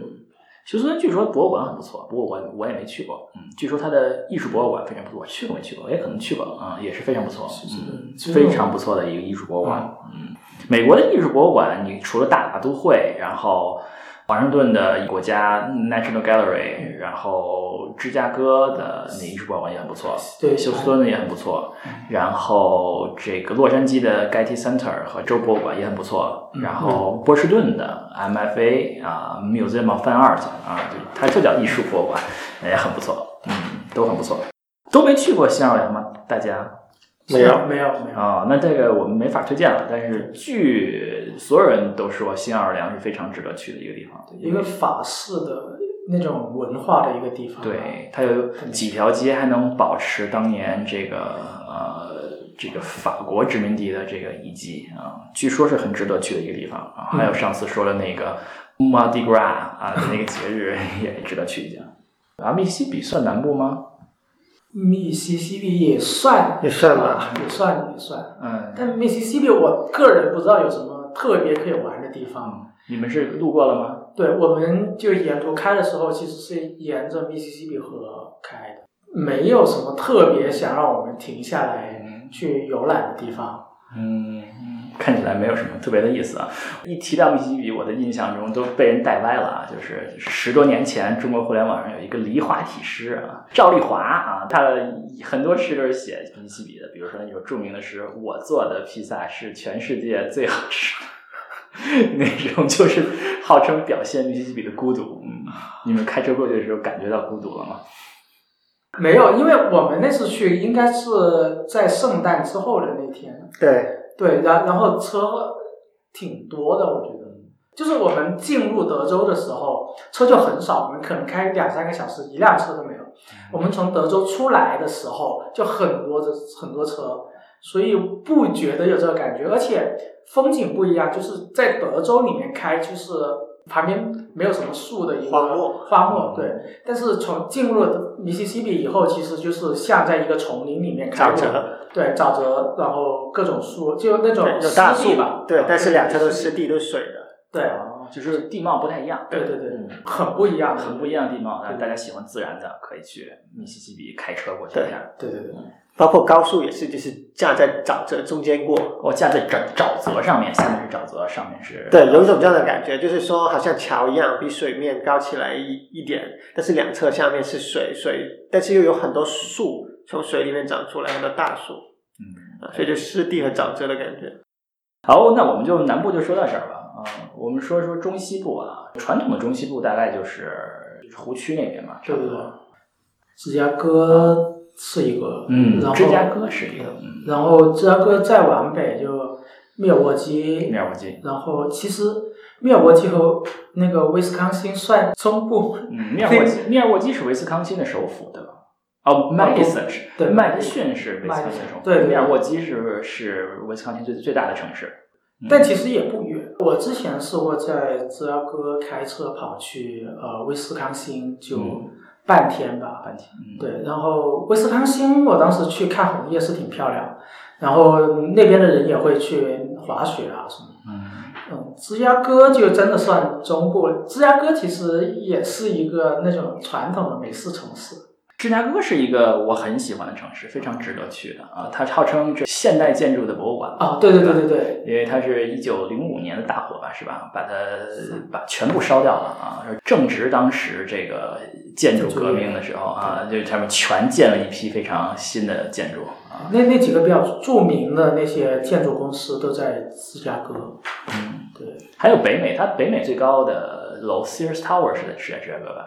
Speaker 1: 休斯敦据说博物馆很不错，不过我我也没去过。嗯，据说它的艺术博物馆非常不错，我去过没去过？我也可能去过了啊、也是非常不错。嗯，
Speaker 2: 其实
Speaker 1: 非常不错的一个艺术博物馆。嗯，美国的艺术博物馆，你除了大都会，然后华盛顿的国家 National Gallery，然后芝加哥的那艺术博物馆也很不错，
Speaker 2: 对
Speaker 1: 休斯顿的也很不错，然后这个洛杉矶的 Getty Center 和州博物馆也很不错，然后波士顿的 MFA 啊 Museum of Fine Art 啊，就它就叫艺术博物馆，也很不错，嗯，都很不错。都没去过新奥尔良吗？大家？
Speaker 4: 没有
Speaker 2: 没有没有，
Speaker 1: 啊、那这个我们没法推荐了，但是据所有人都说，新奥尔良是非常值得去的一个地方。
Speaker 2: 一个法式的那种文化的一个地方。
Speaker 1: 对，它有几条街还能保持当年这个呃这个法国殖民地的这个遗迹啊、据说是很值得去的一个地方啊。还有上次说的那个 Mardi Gras 啊那个节日也值得去一下。啊，密西比算南部吗？
Speaker 2: 密西西比也算
Speaker 4: 也算吧，
Speaker 2: 啊也算也算。
Speaker 1: 嗯，
Speaker 2: 但密西西比，我个人不知道有什么特别可以玩的地方。
Speaker 1: 你们是路过了吗？
Speaker 2: 对，我们就沿途开的时候，其实是沿着密西西比河开的，没有什么特别想让我们停下来去游览的地方。
Speaker 1: 嗯，看起来没有什么特别的意思啊。一提到密西西比，我的印象中都被人带歪了啊。就是十多年前，中国互联网上有一个梨花体诗啊，赵丽华啊，他的很多诗都是写密西西比的，比如说那首著名的诗“我做的披萨是全世界最好吃的”。 那种就是号称表现密西西比的孤独，嗯，你们开车过去的时候感觉到孤独了吗？
Speaker 2: 没有，因为我们那次去应该是在圣诞之后的那天，
Speaker 4: 对
Speaker 2: 对，然然后车挺多的，我觉得。就是我们进入德州的时候，车就很少，我们可能开两三个小时，一
Speaker 4: 嗯
Speaker 2: 辆车都没有。我们从德州出来的时候，就很多的很多车，所以不觉得有这个感觉，而且风景不一样，就是在德州里面开，就是旁边没有什么树的一个
Speaker 4: 荒漠嗯
Speaker 2: 荒漠对。但是从进入了密西西比以后，其实就是像在一个丛林里面开
Speaker 4: 沼
Speaker 2: 过，
Speaker 4: 泽，
Speaker 2: 对沼泽，然后各种树，就那种
Speaker 4: 有大
Speaker 2: 湿地
Speaker 4: 树
Speaker 2: 吧，
Speaker 4: 对，但是两侧都
Speaker 2: 湿
Speaker 4: 湿
Speaker 2: 地
Speaker 4: 地，都是水的，
Speaker 2: 对
Speaker 1: 哦就是地貌不太一样，
Speaker 2: 对对对，
Speaker 1: 嗯
Speaker 2: 很不一样，
Speaker 1: 很不一样的地貌，但是大家喜欢自然的，可以去密西西比开车过去
Speaker 4: 对
Speaker 1: 一下。
Speaker 2: 对对对，
Speaker 4: 包括高速也是，就是架在沼泽中间过。
Speaker 1: 我架在沼沼泽上面，下面是沼泽，上面是
Speaker 4: 对，有一种这样的感觉，就是说好像桥一样，比水面高起来一一点，但是两侧下面是水，水，但是又有很多树从水里面长出来，很多大树，
Speaker 1: 嗯，
Speaker 4: 啊所以就湿地和沼泽的感觉。
Speaker 1: 好，那我们就南部就说到这儿吧。啊、我们说说中西部啊，传统的中西部大概就是就是湖区那边嘛，差
Speaker 2: 对
Speaker 1: 不
Speaker 2: 对对
Speaker 1: 多。，
Speaker 2: 芝加哥是一个，
Speaker 1: 嗯
Speaker 2: 然，后
Speaker 1: 芝加哥是一个，嗯，
Speaker 2: 然后芝加哥再往北就密尔沃基，
Speaker 1: 面我记，
Speaker 2: 然后其实密尔沃基和那个威斯康星算中部，
Speaker 1: 嗯，面沃基，面沃基是维斯康星的首府，对吧？哦，麦迪森是，
Speaker 2: 对
Speaker 1: 麦迪逊是维斯康星的首府，
Speaker 2: 对对对
Speaker 1: 面沃基是是维斯康星最最大的城市。嗯
Speaker 2: 但其实也不远。我之前试过在芝加哥开车跑去呃威斯康星，就
Speaker 1: 嗯
Speaker 2: 半天吧，
Speaker 1: 半天，嗯，
Speaker 2: 对，然后威斯康星，我当时去看红叶是挺漂亮，然后那边的人也会去滑雪啊什么。
Speaker 1: 嗯，
Speaker 2: 嗯，芝加哥就真的算中部。芝加哥其实也是一个那种传统的美式城市。
Speaker 1: 芝加哥是一个我很喜欢的城市，非常值得去的啊！它号称这现代建筑的博物馆
Speaker 2: 啊，对对对对对，
Speaker 1: 因为它是一九零五年的大火吧，是吧？把它把全部烧掉了啊！正值当时这个建筑革命的时候啊，就是他们全建了一批非常新的建筑啊。
Speaker 2: 那那几个比较著名的那些建筑公司都在芝加哥。
Speaker 1: 嗯，
Speaker 2: 对，
Speaker 1: 还有北美，它北美最高的楼 Sears Tower 是在是在芝加哥吧？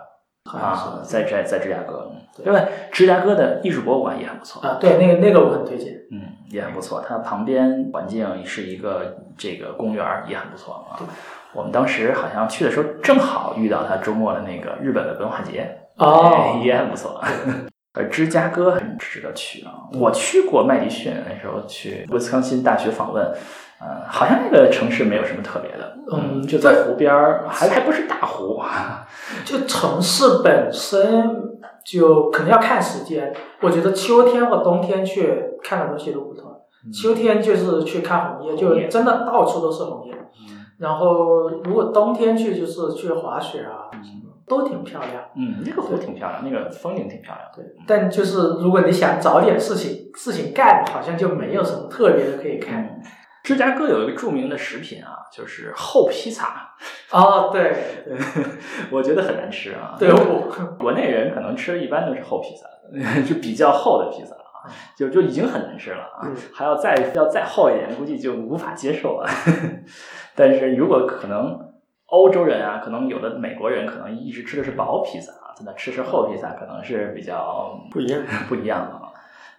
Speaker 2: 好像
Speaker 1: 啊，
Speaker 2: 是。
Speaker 1: 在在在芝加哥，嗯
Speaker 2: 对
Speaker 1: 另外芝加哥的艺术博物馆也很不错
Speaker 2: 啊，对，那个那个我很推荐。
Speaker 1: 嗯，也很不错。它旁边环境是一个这个公园儿，也很不错啊。我们当时好像去的时候，正好遇到它周末的那个日本的文化节，哎
Speaker 2: 哦，
Speaker 1: 也很不错。 呃，芝加哥很值得去啊！我去过麦迪逊，那时候去威斯康辛大学访问，呃，好像那个城市没有什么特别的，
Speaker 2: 嗯
Speaker 1: 就在湖边儿，还还不是大湖，啊
Speaker 2: 就城市本身就可能要看时间，我觉得秋天或冬天去看的东西都不同。秋天就是去看红叶，就
Speaker 1: 嗯红叶嗯
Speaker 2: 真的到处都是红叶。然后如果冬天去，就是去滑雪啊，都挺漂亮。
Speaker 1: 嗯，那个湖挺漂亮，那个风景挺漂亮。
Speaker 2: 对，但就是如果你想找点事情事情干，好像就没有什么特别的可以看。
Speaker 1: 嗯，芝加哥有一个著名的食品啊，就是厚披萨，
Speaker 2: 哦，对，对
Speaker 1: 我觉得很难吃啊。
Speaker 2: 对，我
Speaker 1: 国内人可能吃的一般都是厚披萨， 就比较厚的披萨啊，就就已经很难吃了啊，
Speaker 4: 嗯
Speaker 1: 还要再要再厚一点，估计就无法接受了。 但是如果可能，欧洲人啊，可能有的美国人可能一直吃的是薄披萨啊，他那吃吃厚披萨可能是比较
Speaker 4: 不一样
Speaker 1: 不一样的啊。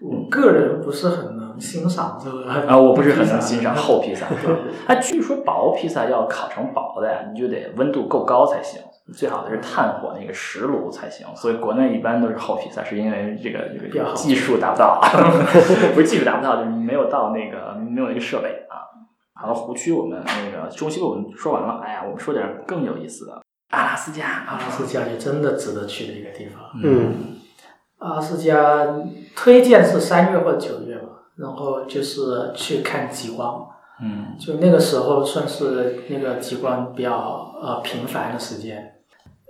Speaker 2: 我个人不是很能欣赏这个
Speaker 1: 啊，我不是很能
Speaker 2: 披萨
Speaker 1: 欣 赏厚披萨。 啊，据说薄披萨要烤成薄的呀，你就得温度够高才行，最好的是炭火那个石炉才行。所以国内一般都是厚披萨，是因为这个这
Speaker 2: 比较
Speaker 1: 个
Speaker 2: 好
Speaker 1: 技术达不到，啊 不是技术达不到，就是没有到那个没有那个设备啊。好，湖区我们那个中西部我们说完了，哎呀，我们说点更有意思的，阿拉斯加
Speaker 2: 阿
Speaker 1: 啊
Speaker 2: 拉，斯加就真的值得去的一个地方。
Speaker 4: 嗯，
Speaker 2: 阿拉斯加推荐是三月或九月吧，然后就是去看极光，
Speaker 1: 嗯，
Speaker 2: 就那个时候算是那个极光比较呃频繁的时间。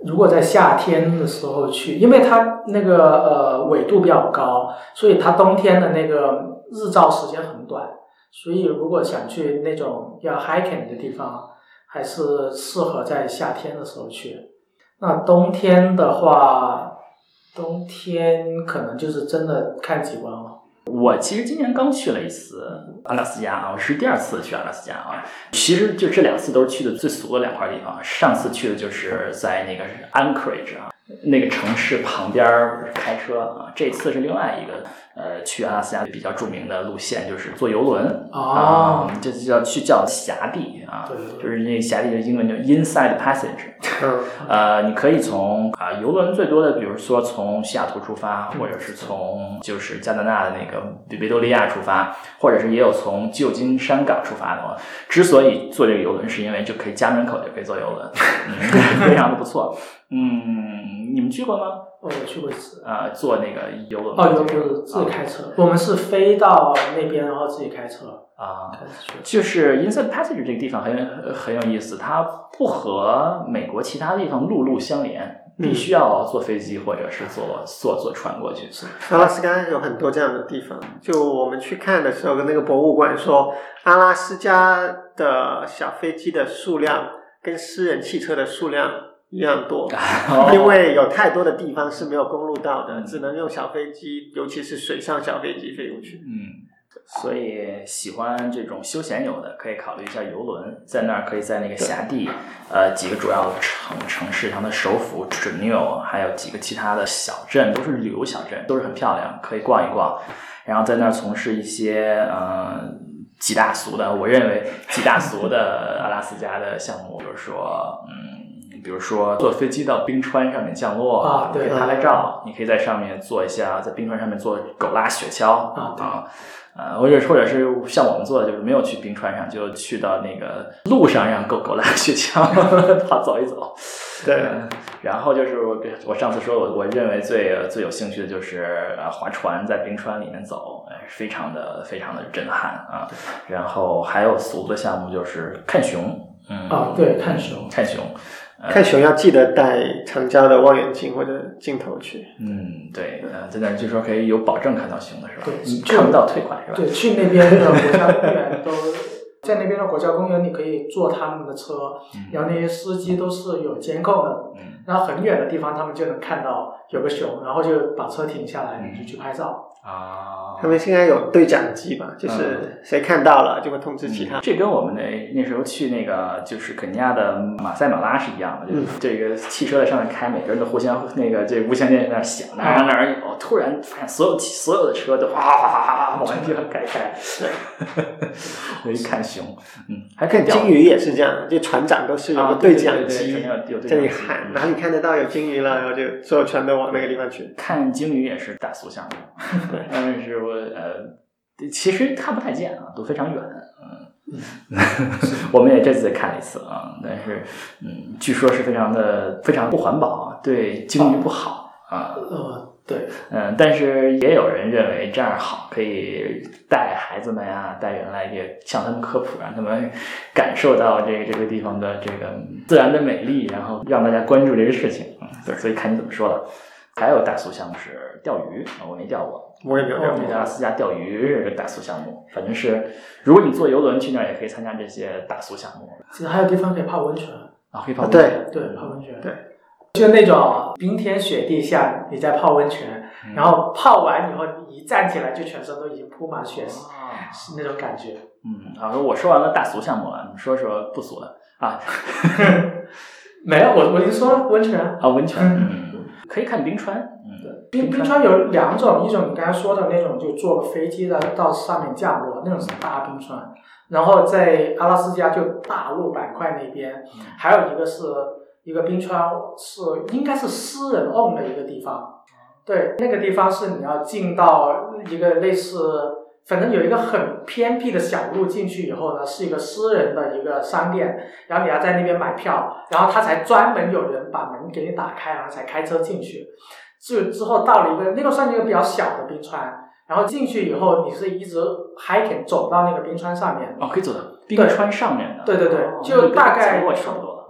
Speaker 2: 如果在夏天的时候去，因为它那个呃纬度比较高，所以它冬天的那个日照时间很短，所以如果想去那种要 hiking 的地方，还是适合在夏天的时候去。那冬天的话，冬天可能就是真的看极光了。
Speaker 1: 我其实今年刚去了一次阿拉斯加啊，我是第二次去阿拉斯加啊。其实就这两次都是去的最俗的两块地方，上次去的就是在那个 Anchorage 啊，那个城市旁边儿开车啊。这次是另外一个呃去阿拉斯加比较著名的路线，就是坐游轮
Speaker 2: 哦
Speaker 1: 啊，这就叫去叫峡地啊
Speaker 2: 对对，对
Speaker 1: 就是那峡地的英文叫 Inside Passage。
Speaker 4: 嗯，
Speaker 2: 哦
Speaker 1: 呃，你可以从啊、游轮最多的，比如说从西雅图出发，或者是从就是加拿大的那个维维多利亚出发，或者是也有从旧金山港出发的。哦之所以坐这个游轮，是因为就可以家门口就可以坐游轮，嗯、非 常的不错。嗯，你们去过吗？
Speaker 2: 我去过一次。
Speaker 1: 呃，坐那个游轮吗
Speaker 2: 哦，有是自己开车，我们是飞到那边，然后自己开车
Speaker 1: 啊。
Speaker 2: 开始去的。
Speaker 1: 就是 Inside Passage 这个地方很呃很有意思，它不和美国其他地方陆路相连，
Speaker 2: 嗯
Speaker 1: 必须要坐飞机或者是坐坐坐船过去。
Speaker 4: 阿拉斯加有很多这样的地方。就我们去看的时候，跟那个博物馆说，阿拉斯加的小飞机的数量跟私人汽车的数量一 样多，
Speaker 1: 哦
Speaker 4: 因为有太多的地方是没有公路到
Speaker 1: 嗯
Speaker 4: 的，只能用小飞机，尤其是水上小飞机飞过去。
Speaker 1: 嗯，所以喜欢这种休闲游的，可以考虑一下游轮，在那儿可以在那个辖地，呃，几个主要城城市，像的首府 t r n e w 还有几个其他的小镇，都是旅游小镇，都是很漂亮，可以逛一逛，然后在那儿从事一些呃几大俗的，我认为几大俗的阿拉斯加的项目，比如说嗯。比如说坐飞机到冰川上面降落
Speaker 2: 啊对
Speaker 1: 你可以拍拍照，你可以在上面做一下，在冰川上面做狗拉雪橇
Speaker 2: 啊对
Speaker 1: 啊，呃，或者或者是像我们做的，就是没有去冰川上，就去到那个路上让狗狗拉雪橇， 跑走一走。
Speaker 4: 对，
Speaker 1: 嗯，然后就是我跟我上次说我我认为最最有兴趣的就是呃划船在冰川里面走，呃非常的非常的震撼啊。然后还有俗的项目就是看熊，嗯
Speaker 2: 啊，对，看熊。
Speaker 1: 看熊，嗯
Speaker 4: 看熊要记得带长焦的望远镜或者镜头去。
Speaker 1: 嗯，对，呃，在那儿据说可以有保证看到熊的是吧？
Speaker 2: 对
Speaker 1: 你
Speaker 2: 就
Speaker 1: 看不到退款是吧？
Speaker 2: 对，去那边的国家公园都， 在那边的国家公园，你可以坐他们的车，然后那些司机都是有监控的，
Speaker 1: 嗯
Speaker 2: 然后很远的地方他们就能看到有个熊，然后就把车停下来，你就去拍照。
Speaker 1: 啊，
Speaker 4: 他们现在有对讲机吧，
Speaker 1: 嗯
Speaker 4: 就是谁看到了就会通知其他。
Speaker 1: 这跟我们那那时候去那个就是肯尼亚的马赛马拉是一样的，就
Speaker 4: 嗯
Speaker 1: 是这个汽车在上面开，每个人都互相那个这无线电在那儿响，哪儿哪儿有，突然发现所有汽所有的车都哗哗哗哗哗哗往地上开 开，我一看熊，嗯，还可以
Speaker 4: 看
Speaker 1: 钓
Speaker 4: 鲸鱼也是这样，就船长都是有个
Speaker 1: 啊对对
Speaker 4: 讲
Speaker 1: 对对
Speaker 4: 机
Speaker 1: 船长有对讲机
Speaker 4: 这里喊
Speaker 1: 嗯
Speaker 4: 哪里看得到有鲸鱼了，然后就所有船都往那个地方去。
Speaker 1: 看鲸鱼也是大俗项目， 但是我呃，其实看不太见啊，都非常远。嗯，我们也这次看了一次啊，但是嗯，据说是非常的非常不环保啊，对鲸鱼不好啊。
Speaker 2: 呃，对，
Speaker 1: 嗯，但是也有人认为这样好，可以带孩子们呀、带人来也向他们科普，让他们感受到这个这个地方的这个自然的美丽，然后让大家关注这个事情。嗯，对，所以看你怎么说了。还有大俗项目是钓鱼，啊我没钓过。
Speaker 4: 我也没有钓
Speaker 1: 我
Speaker 4: 过
Speaker 1: 们，阿拉斯加钓鱼是个大俗项目，反正是如果你坐游轮去那儿，也可以参加这些大俗项目
Speaker 2: 其实还有地方可以泡温泉，
Speaker 1: 啊，可以泡温
Speaker 4: 对
Speaker 1: 泉
Speaker 2: 对，泡温泉，
Speaker 4: 对，
Speaker 2: 就那种冰天雪地下你在泡温泉，
Speaker 1: 嗯
Speaker 2: 然后泡完以后你一站起来就全身都已经铺满雪丝，
Speaker 1: 啊
Speaker 2: 是那种感觉。
Speaker 1: 嗯，啊，我说完了大俗项目了，你们说说不俗的啊？
Speaker 2: 没有，我我已经说了温泉啊。
Speaker 1: 啊，温泉，
Speaker 2: 嗯
Speaker 1: 嗯，可以看冰川，嗯，
Speaker 2: 冰冰川有两种，一种你刚才说的那种，就坐个飞机到到上面降落，那种是大冰川。然后在阿拉斯加就大陆板块那边，还有一个是一个冰川是应该是私人 own 的一个地方，对，那个地方是你要进到一个类似，反正有一个很偏僻的小路进去以后呢，是一个私人的一个商店，然后你要在那边买票，然后他才专门有人把门给你打开，然后才开车进去。就之后到了一个那个算是一个比较小的冰川，然后进去以后你是一直 hiking 走到那个冰川上面，
Speaker 1: 哦，可以走到冰川上面的，
Speaker 2: 对对对
Speaker 1: 哦
Speaker 2: 就大概
Speaker 1: 那跟差不多了，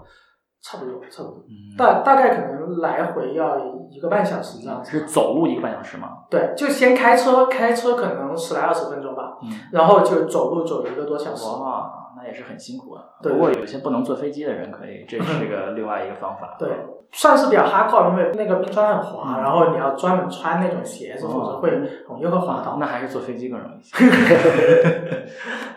Speaker 2: 差不多差不多。
Speaker 1: 嗯
Speaker 2: 大大概可能来回要一个半小时这样子。
Speaker 1: 是嗯走路一个半小时吗？
Speaker 2: 对，就先开车，开车可能十来二十分钟吧，
Speaker 1: 嗯，
Speaker 2: 然后就走路走一个多小时。
Speaker 1: 哦哇，那也是很辛苦啊。
Speaker 2: 对
Speaker 1: 不过有些不能坐飞机的人可以，这是个另外一个方法。
Speaker 2: 对，算是比较哈靠，因为那个冰川很滑，
Speaker 1: 嗯哦
Speaker 2: 然后你要专门穿那种鞋子，否则会很容易会滑倒。
Speaker 1: 那还是坐飞机更容易一些。 嗯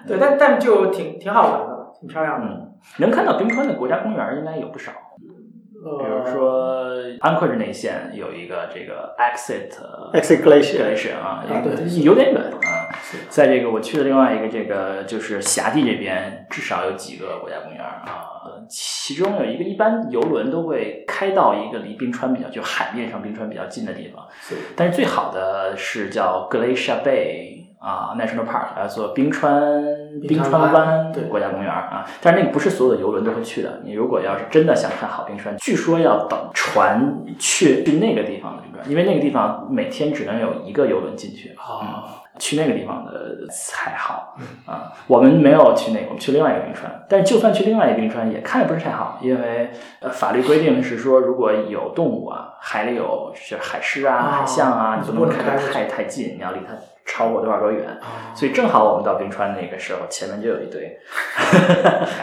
Speaker 2: 对，但但就挺挺好玩的，挺漂亮的。
Speaker 1: 嗯，能看到冰川的国家公园应该有不少。比如
Speaker 6: 呃，
Speaker 1: 说安奎日内线有一个这个 exit 呃
Speaker 4: Exit Glacier
Speaker 1: glacier 啊，
Speaker 6: 啊对
Speaker 1: 有有点远啊。在这个我去的另外一个这个就是辖地这边，至少有几个国家公园儿啊，其中有一个一般游轮都会开到一个离冰川比较就海面上冰川比较近的地方，
Speaker 2: 是
Speaker 1: 但是最好的是叫 Glacier Bay 啊 National Park，叫做冰川
Speaker 2: 冰
Speaker 1: 冰
Speaker 2: 川
Speaker 1: 川
Speaker 2: 湾
Speaker 1: 湾
Speaker 2: 对
Speaker 1: 国家公园儿啊。但是那个不是所有的游轮都会去的。你如果要是真的想看好冰川，据说要等船去去那个地方的冰川，因为那个地方每天只能有一个游轮进去。
Speaker 2: 啊，
Speaker 1: 去那个地方的才好啊、我们没有去那个，我们去另外一个冰川。但是就算去另外一个冰川，也看着不是太好，因为呃法律规定是说，如果有动物啊，海里有是海狮啊、
Speaker 2: 哦
Speaker 1: 海象啊，
Speaker 2: 你
Speaker 1: 你
Speaker 2: 就
Speaker 1: 不
Speaker 2: 不
Speaker 1: 能
Speaker 2: 能
Speaker 1: 开得
Speaker 2: 开过去
Speaker 1: 太太近，你要离它超过多少多远。
Speaker 2: 啊
Speaker 1: 所以正好我们到冰川那个时候，前面就有一堆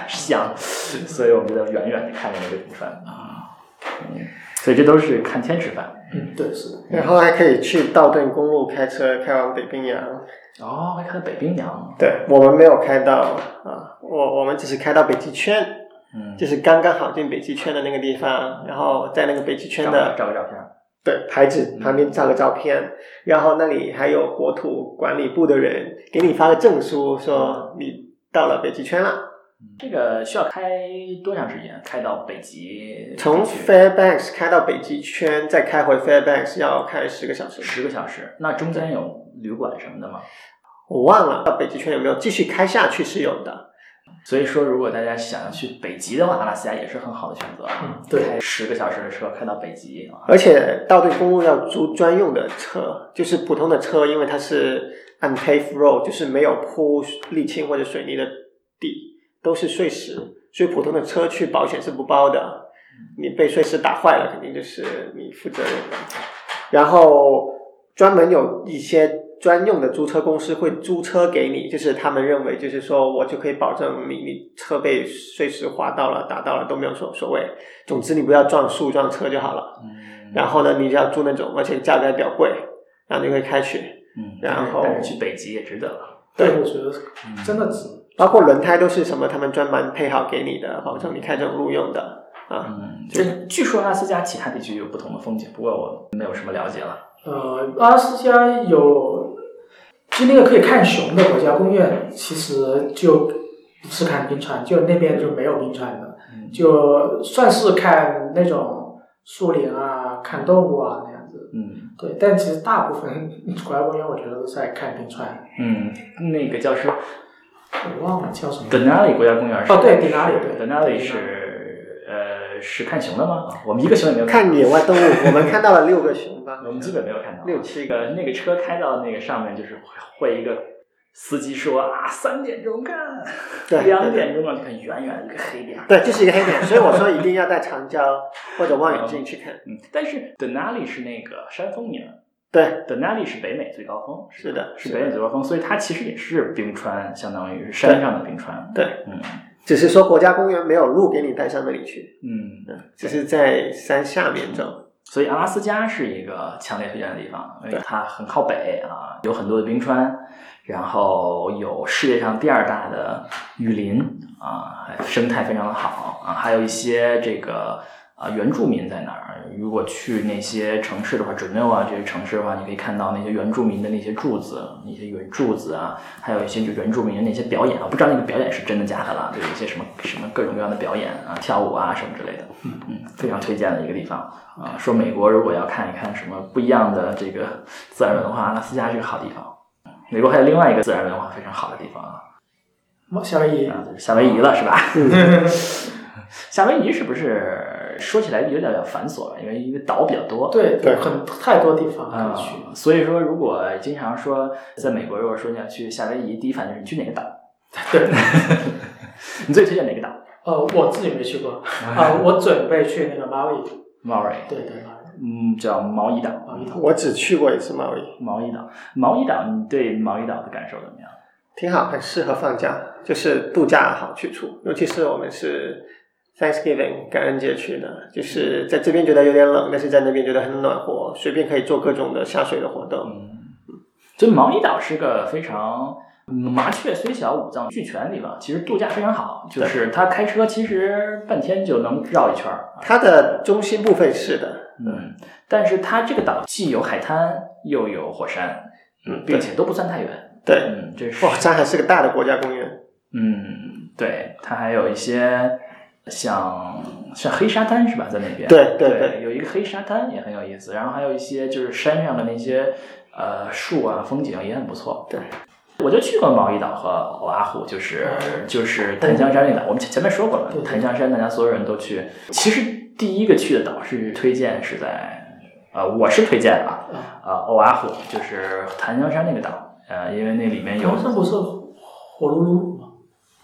Speaker 1: 象，所以我们就在远远的看着那个冰川啊。嗯，所以这都是看天吃饭。
Speaker 2: 嗯，对，是的，
Speaker 4: 然后还可以去道顿公路开车开往北冰洋。
Speaker 1: 哦，还看到北冰洋，
Speaker 4: 对我们没有开到啊，我我们只是开到北极圈，
Speaker 1: 嗯，
Speaker 4: 就是刚刚好进北极圈的那个地方，然后在那个北极圈
Speaker 1: 照个
Speaker 4: 的
Speaker 1: 照个照片。
Speaker 4: 对牌子旁边照个照片，然后那里还有国土管理部的人给你发个证书，说你到了北极圈了。
Speaker 1: 这个需要开多长时间？开到北极
Speaker 4: 从
Speaker 1: 去
Speaker 4: Fairbanks 开到北极圈，再开回 Fairbanks 要开十个小时，
Speaker 1: 十个小时，那中间有旅馆什么的吗？
Speaker 4: 我忘了到北极圈有没有继续开下去是有的。
Speaker 1: 所以说，如果大家想要去北极的话，阿拉斯加也是很好的选择啊。
Speaker 2: 嗯对
Speaker 1: 开十个小时的车开到北极啊。
Speaker 4: 而且道对公路要租专用的车，就是普通的车，因为它是 unpaved road，就是没有铺沥青或者水泥的地，都是碎石，所以普通的车去保险是不包的。你被碎石打坏了，肯定就是你负责任的。然后专门有一些专用的租车公司会租车给你，就是他们认为就是说我就可以保证你你车被碎石划到了、打到了都没有所所谓，总之你不要撞树撞车就好了。
Speaker 1: 嗯
Speaker 4: 然后呢，你就要租那种，而且价格还比较贵，然后你就可以开去，
Speaker 1: 嗯，
Speaker 4: 然后
Speaker 1: 但是去北极也值得了。
Speaker 4: 对
Speaker 2: 我觉得
Speaker 1: 嗯
Speaker 2: 真的值。
Speaker 4: 包括轮胎都是什么，他们专门配好给你的，保证你开这种路用的啊。
Speaker 1: 嗯，这据说阿拉斯加其他地区有不同的风景，不过我没有什么了解了。
Speaker 2: 呃，阿拉斯加有，就那个可以看熊的国家公园，其实就不是看冰川，就那边就没有冰川的，
Speaker 1: 嗯
Speaker 2: 就算是看那种树林啊、看动物啊那样子。
Speaker 1: 嗯
Speaker 2: 对，但其实大部分 国家公园我觉得都是在看冰川，
Speaker 1: 嗯，那个叫什么
Speaker 2: 我忘了叫什么。
Speaker 1: Denali 国家公园是？
Speaker 2: 哦，对，迪纳里，对，
Speaker 1: ，Denali 是呃是看熊的吗？啊我们一个熊也没有
Speaker 4: 看野外动物，我们看到了六个熊吧
Speaker 1: 我，们基本没有看到啊。
Speaker 4: 六七个。
Speaker 1: 呃，那个车开到那个上面，就是会会一个司机说啊，三点钟看，
Speaker 4: 对
Speaker 1: 两点钟啊，就看远远一个黑点儿。
Speaker 4: 对，就是一个黑点，所以我说一定要带长焦或者望远镜去看。
Speaker 1: 嗯，但是 Denali 是那个山峰名儿
Speaker 4: 对，
Speaker 1: ，Denali 是北美最高峰，吧
Speaker 4: 是的
Speaker 1: 是
Speaker 4: 是
Speaker 1: 北美
Speaker 4: 的
Speaker 1: 最高峰，所以它其实也是冰川，相当于是山上的冰川。
Speaker 4: 对，
Speaker 1: 嗯
Speaker 4: 只是说国家公园没有路给你带上那里去，
Speaker 1: 嗯，
Speaker 4: 嗯，只是在山下面走。
Speaker 1: 所以阿拉斯加是一个强烈推荐的地方，因为它很靠北啊，有很多的冰川，然后有世界上第二大的雨林啊，生态非常的好啊，还有一些这个啊原住民在那儿。如果去那些城市的话 j u n e 啊这些城市的话，你可以看到那些原住民的那些柱子，那些原柱子啊，还有一些就原住民的那些表演啊，不知道那个表演是真的假的啦，就有一些什么什么各种各样的表演啊，跳舞啊什么之类的，嗯，非常推荐的一个地方。啊，说美国如果要看一看什么不一样的这个自然文化，阿拉斯加是个好地方。美国还有另外一个自然文化非常好的地方啊，
Speaker 2: 夏威夷，
Speaker 1: 啊就是夏威夷了是吧？
Speaker 4: 嗯，
Speaker 1: 夏威夷是不是说起来有点儿繁琐了？因为因为岛比较多，
Speaker 2: 对，
Speaker 4: 对
Speaker 2: 很太多地方
Speaker 1: 啊
Speaker 2: 可以去。、
Speaker 1: 所以说如果经常说在美国，如果说你要去夏威夷，第一反应是你去哪个 岛？
Speaker 2: 对，
Speaker 1: 你最推荐哪个岛
Speaker 2: 呃，我自己没去 过，啊，我准备去那个马里，
Speaker 1: ？Maui，
Speaker 2: 对对，马里，哦
Speaker 1: 嗯，叫毛伊岛，
Speaker 2: 毛伊岛
Speaker 4: 我只去过一次贸易，
Speaker 1: 毛伊岛，毛伊岛，你对毛伊岛的感受怎么样？
Speaker 4: 挺好，很适合放假，就是度假好去处。尤其是我们是 Thanksgiving 感恩节去的，就是在这边觉得有点冷，但是在那边觉得很暖和，随便可以做各种的下水的活动。
Speaker 1: 嗯，就毛伊岛是个非常麻雀虽小，五脏俱全的地方，其实度假非常好，就是它开车其实半天就能绕一圈儿。啊
Speaker 4: 它的中心部分是的，
Speaker 1: 嗯，但是它这个岛既有海滩又有火山，
Speaker 4: 嗯
Speaker 1: 并且都不算太远。
Speaker 4: 对，
Speaker 1: 嗯，这是
Speaker 4: 哇，上海是个大的国家公园，
Speaker 1: 嗯，对，它还有一些像像黑沙滩是吧，在那边？
Speaker 4: 对对
Speaker 1: 对
Speaker 4: 对
Speaker 1: 有一个黑沙滩也很有意思，然后还有一些就是山上的那些呃树啊，风景也很不错。
Speaker 4: 对，
Speaker 1: 我就去过毛伊岛和瓦虎，就是就是檀香山那岛，我们前前面说过了，
Speaker 2: 嗯对对
Speaker 1: 檀香山大家所有人都去。其实第一个去的岛是推荐是在呃，我是推荐啊
Speaker 2: 嗯
Speaker 1: 啊欧瓦虎，就是檀香山那个岛，呃，因为那里面有
Speaker 2: 唐山不是火噜噜吗？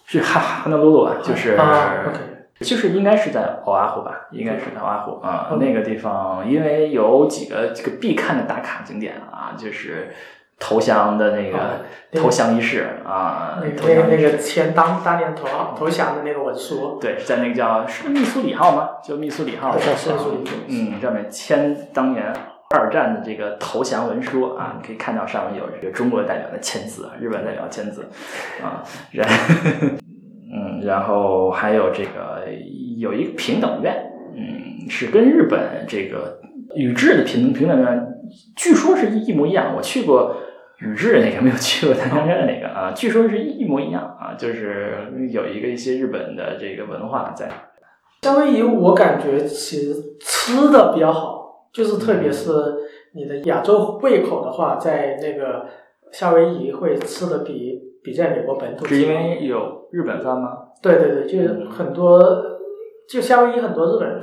Speaker 1: 是哈哈那鲁鲁啊，就是、
Speaker 2: 啊，OK，
Speaker 1: 就是应该是在欧阿湖吧，应该是在欧阿湖啊、那个地方，因为有几个这个必看的打卡景点啊，就是投降的那个、
Speaker 2: 啊那个
Speaker 1: 投降仪式啊，
Speaker 2: 那
Speaker 1: 投
Speaker 2: 个那
Speaker 1: 降
Speaker 2: 个
Speaker 1: 仪
Speaker 2: 那
Speaker 1: 式。
Speaker 2: 个前当当年投投降的那个文书，
Speaker 1: 对，在那个叫是密苏里号吗？就密苏里号，
Speaker 4: 好像
Speaker 2: 是密苏里号
Speaker 1: 嗯，上面签当年二战的这个投降文书啊，你可以看到上面有这个中国代表的签字，啊日本代表的签字啊，然嗯，然后还有这个有一个平等院，嗯，是跟日本这个宇治的平平等院，据说是一模一样。我去过宇治的那个，没有去过檀香山的那个啊，据说是一模一样啊，就是有一个一些日本的这个文化在。
Speaker 2: 相当于我感觉其实吃的比较好，就是特别
Speaker 1: 嗯
Speaker 2: 是你的亚洲胃口的话，在那个夏威夷会吃的比比在美国本土
Speaker 1: 是因
Speaker 2: 吃
Speaker 1: 为有日本饭吗？
Speaker 2: 对对对，就是很多就夏威夷很多日本人，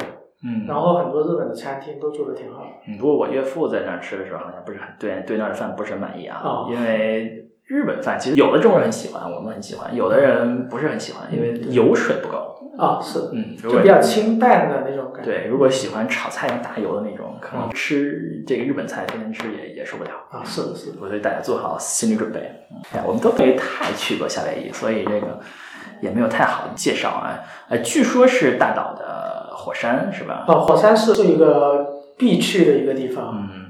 Speaker 1: 嗯
Speaker 2: 然后很多日本的餐厅都做的挺好的。
Speaker 1: 嗯，不过我岳父在那儿吃的时候，好像不是很对对那儿的饭不是很满意啊，
Speaker 2: 哦
Speaker 1: 因为日本饭其实有的中国人很喜欢，我们很喜欢，有的人不是很喜欢，因为油水不够。
Speaker 2: 啊，是，
Speaker 1: 嗯，如
Speaker 2: 就
Speaker 1: 果
Speaker 2: 比较清淡嗯的那种感觉。
Speaker 1: 对，如果喜欢炒菜要大油的那种，可能吃这个日本菜天天吃也也受不了。
Speaker 2: 啊，是的，是的。
Speaker 1: 我对大家做好心理准备。哎，我们都没太去过夏威夷，所以这个也没有太好的介绍啊。呃，据说是大岛的火山是吧？
Speaker 2: 啊，火山是是一个必去的一个地方，
Speaker 1: 嗯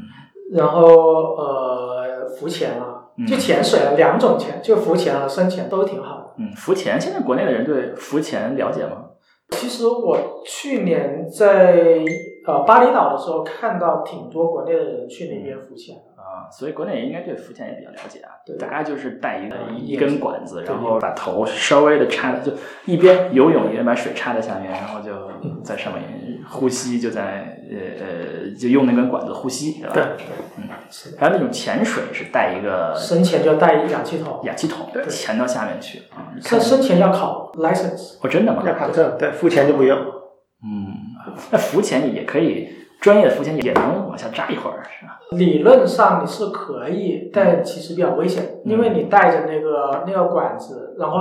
Speaker 2: 然后呃，浮潜啊，就
Speaker 1: 嗯
Speaker 2: 潜水啊，两种潜，就浮潜和深潜都挺好的。
Speaker 1: 嗯，浮潜，现在国内的人对浮潜了解吗？
Speaker 2: 其实我去年在呃巴厘岛的时候，看到挺多国内的人去那边浮潜的。
Speaker 1: 啊，所以国内应该对浮潜也比较了解啊。
Speaker 2: 对
Speaker 1: 大家就是带一个
Speaker 2: 嗯
Speaker 1: 一根管子，
Speaker 2: 对
Speaker 1: 然后把头稍微的插，就一边游泳一边把水插在下面，然后
Speaker 2: 嗯
Speaker 1: 就在上面呼吸，就在呃呃，就用那根管子呼吸，对吧？
Speaker 2: 对，
Speaker 1: 对。还有那种潜水是带一个
Speaker 2: 深潜就要带氧气筒，
Speaker 1: 氧气筒
Speaker 2: 对
Speaker 1: 潜到下面去啊。你看
Speaker 2: 深，深潜要考 license。
Speaker 1: 哦，真的吗？
Speaker 4: 要考证，对，付钱就不用，
Speaker 1: 嗯，那浮潜也可以，专业的浮潜也能往下扎一会儿，是吧？
Speaker 2: 理论上你是可以，但其实比较危险，因为你带着那个那个管子，然后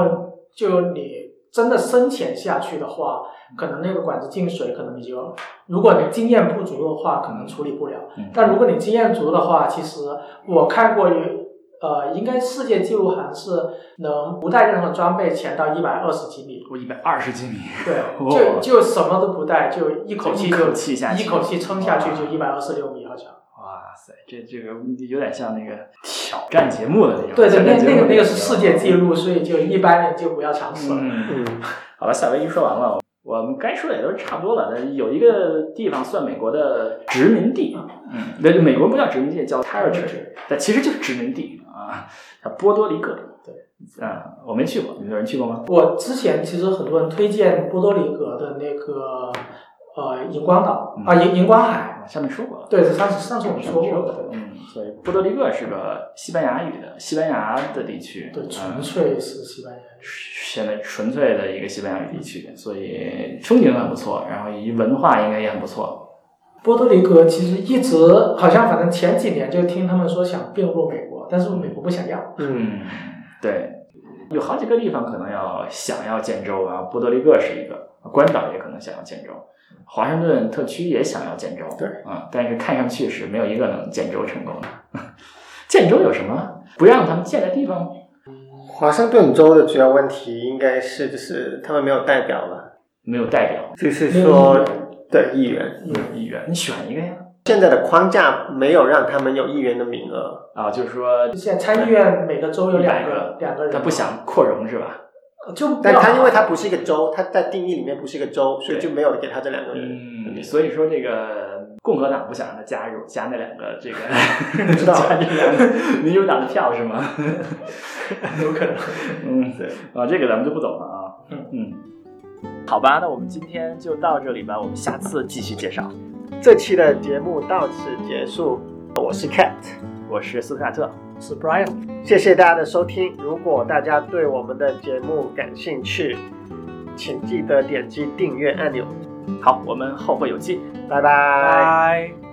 Speaker 2: 就你真的深潜下去的话，可能那个管子进水，可能你就，如果你经验不足的话，可能处理不了。
Speaker 1: 嗯
Speaker 2: 但如果你经验足的话，其实我看过有，呃，应该世界纪录好像是能不带任何装备潜到一百二十几米，
Speaker 1: 我一百二十几米。
Speaker 2: 对，
Speaker 1: 哇
Speaker 2: 就就什么都不带，就一口气就
Speaker 1: 哦一口气啊哦下去
Speaker 2: 一口气冲下去
Speaker 1: 哇
Speaker 2: 就一百二十六米好像。
Speaker 1: 哇塞，这这个有点像那个挑战节目的那种。
Speaker 2: 对对，
Speaker 1: 挑
Speaker 2: 那
Speaker 1: 战节目
Speaker 2: 那个那个是
Speaker 1: 种
Speaker 2: 世界纪。录，所以就一般人就不要尝试了。
Speaker 1: 嗯，
Speaker 4: 嗯，
Speaker 1: 好了，夏威夷说完了，我们该说的也都差不多了。那有一个地方算美国的殖民地，嗯，那就美国不叫殖民地，叫 territory，但其实就是殖民地啊，叫波多黎各。对，啊，我没去过，你们有人去过吗？
Speaker 2: 我之前其实很多人推荐波多黎各的那个呃荧光岛
Speaker 1: 嗯
Speaker 2: 啊荧荧光海，
Speaker 1: 啊上面说过了。
Speaker 2: 对，上次上次我们说过的，
Speaker 1: 过，嗯，所以波多黎各是个西班牙语的西班牙的地区，
Speaker 2: 对，纯
Speaker 1: 嗯
Speaker 2: 粹是西班牙语。
Speaker 1: 现在纯粹的一个西班牙语地区，所以风景很不错，然后以文化应该也很不错。
Speaker 2: 波多黎各其实一直好像，反正前几年就听他们说想并入美国，但是美国不想要。
Speaker 4: 嗯，
Speaker 1: 嗯，对，有好几个地方可能要想要建州啊，波多黎各是一个，关岛也可能想要建州，华盛顿特区也想要建州，
Speaker 4: 对，
Speaker 1: 嗯，但是看上去是没有一个能建州成功的。 建州有什么不让他们建的地方吗？
Speaker 4: 华盛顿州的主要问题应该是就是他们没有代表了，
Speaker 1: 没有代表
Speaker 4: 嗯就是说，对，议员，
Speaker 2: 嗯
Speaker 1: 议员，你选一个呀。
Speaker 4: 现在的框架没有让他们有议员的名额，
Speaker 1: 啊，就是说
Speaker 2: 现在参议院每个州有两个两个人，
Speaker 1: 他不想扩容是吧？
Speaker 2: 就
Speaker 4: 但他
Speaker 2: 要
Speaker 4: 因为他不是一个州，他在定义里面不是一个州，所以就没有给他这两个人。
Speaker 1: 嗯，所以说这个共和党不想让他加入，加那两个这个，
Speaker 4: 不知道
Speaker 1: 加那两个民主党的票是吗？
Speaker 2: 有可能。
Speaker 1: 嗯，
Speaker 4: 对
Speaker 1: 啊，这个咱们就不懂了啊。
Speaker 2: 嗯
Speaker 1: 嗯，
Speaker 7: 好吧，那我们今天就到这里吧，我们下次继续介绍。
Speaker 4: 这期的节目到此结束，我是 Cat，
Speaker 7: 我是斯科亚特，
Speaker 6: 是 Brian。
Speaker 4: 谢谢大家的收听。如果大家对我们的节目感兴趣，请记得点击订阅按钮。
Speaker 7: 好，我们后会有期。
Speaker 4: 拜拜。
Speaker 6: 拜。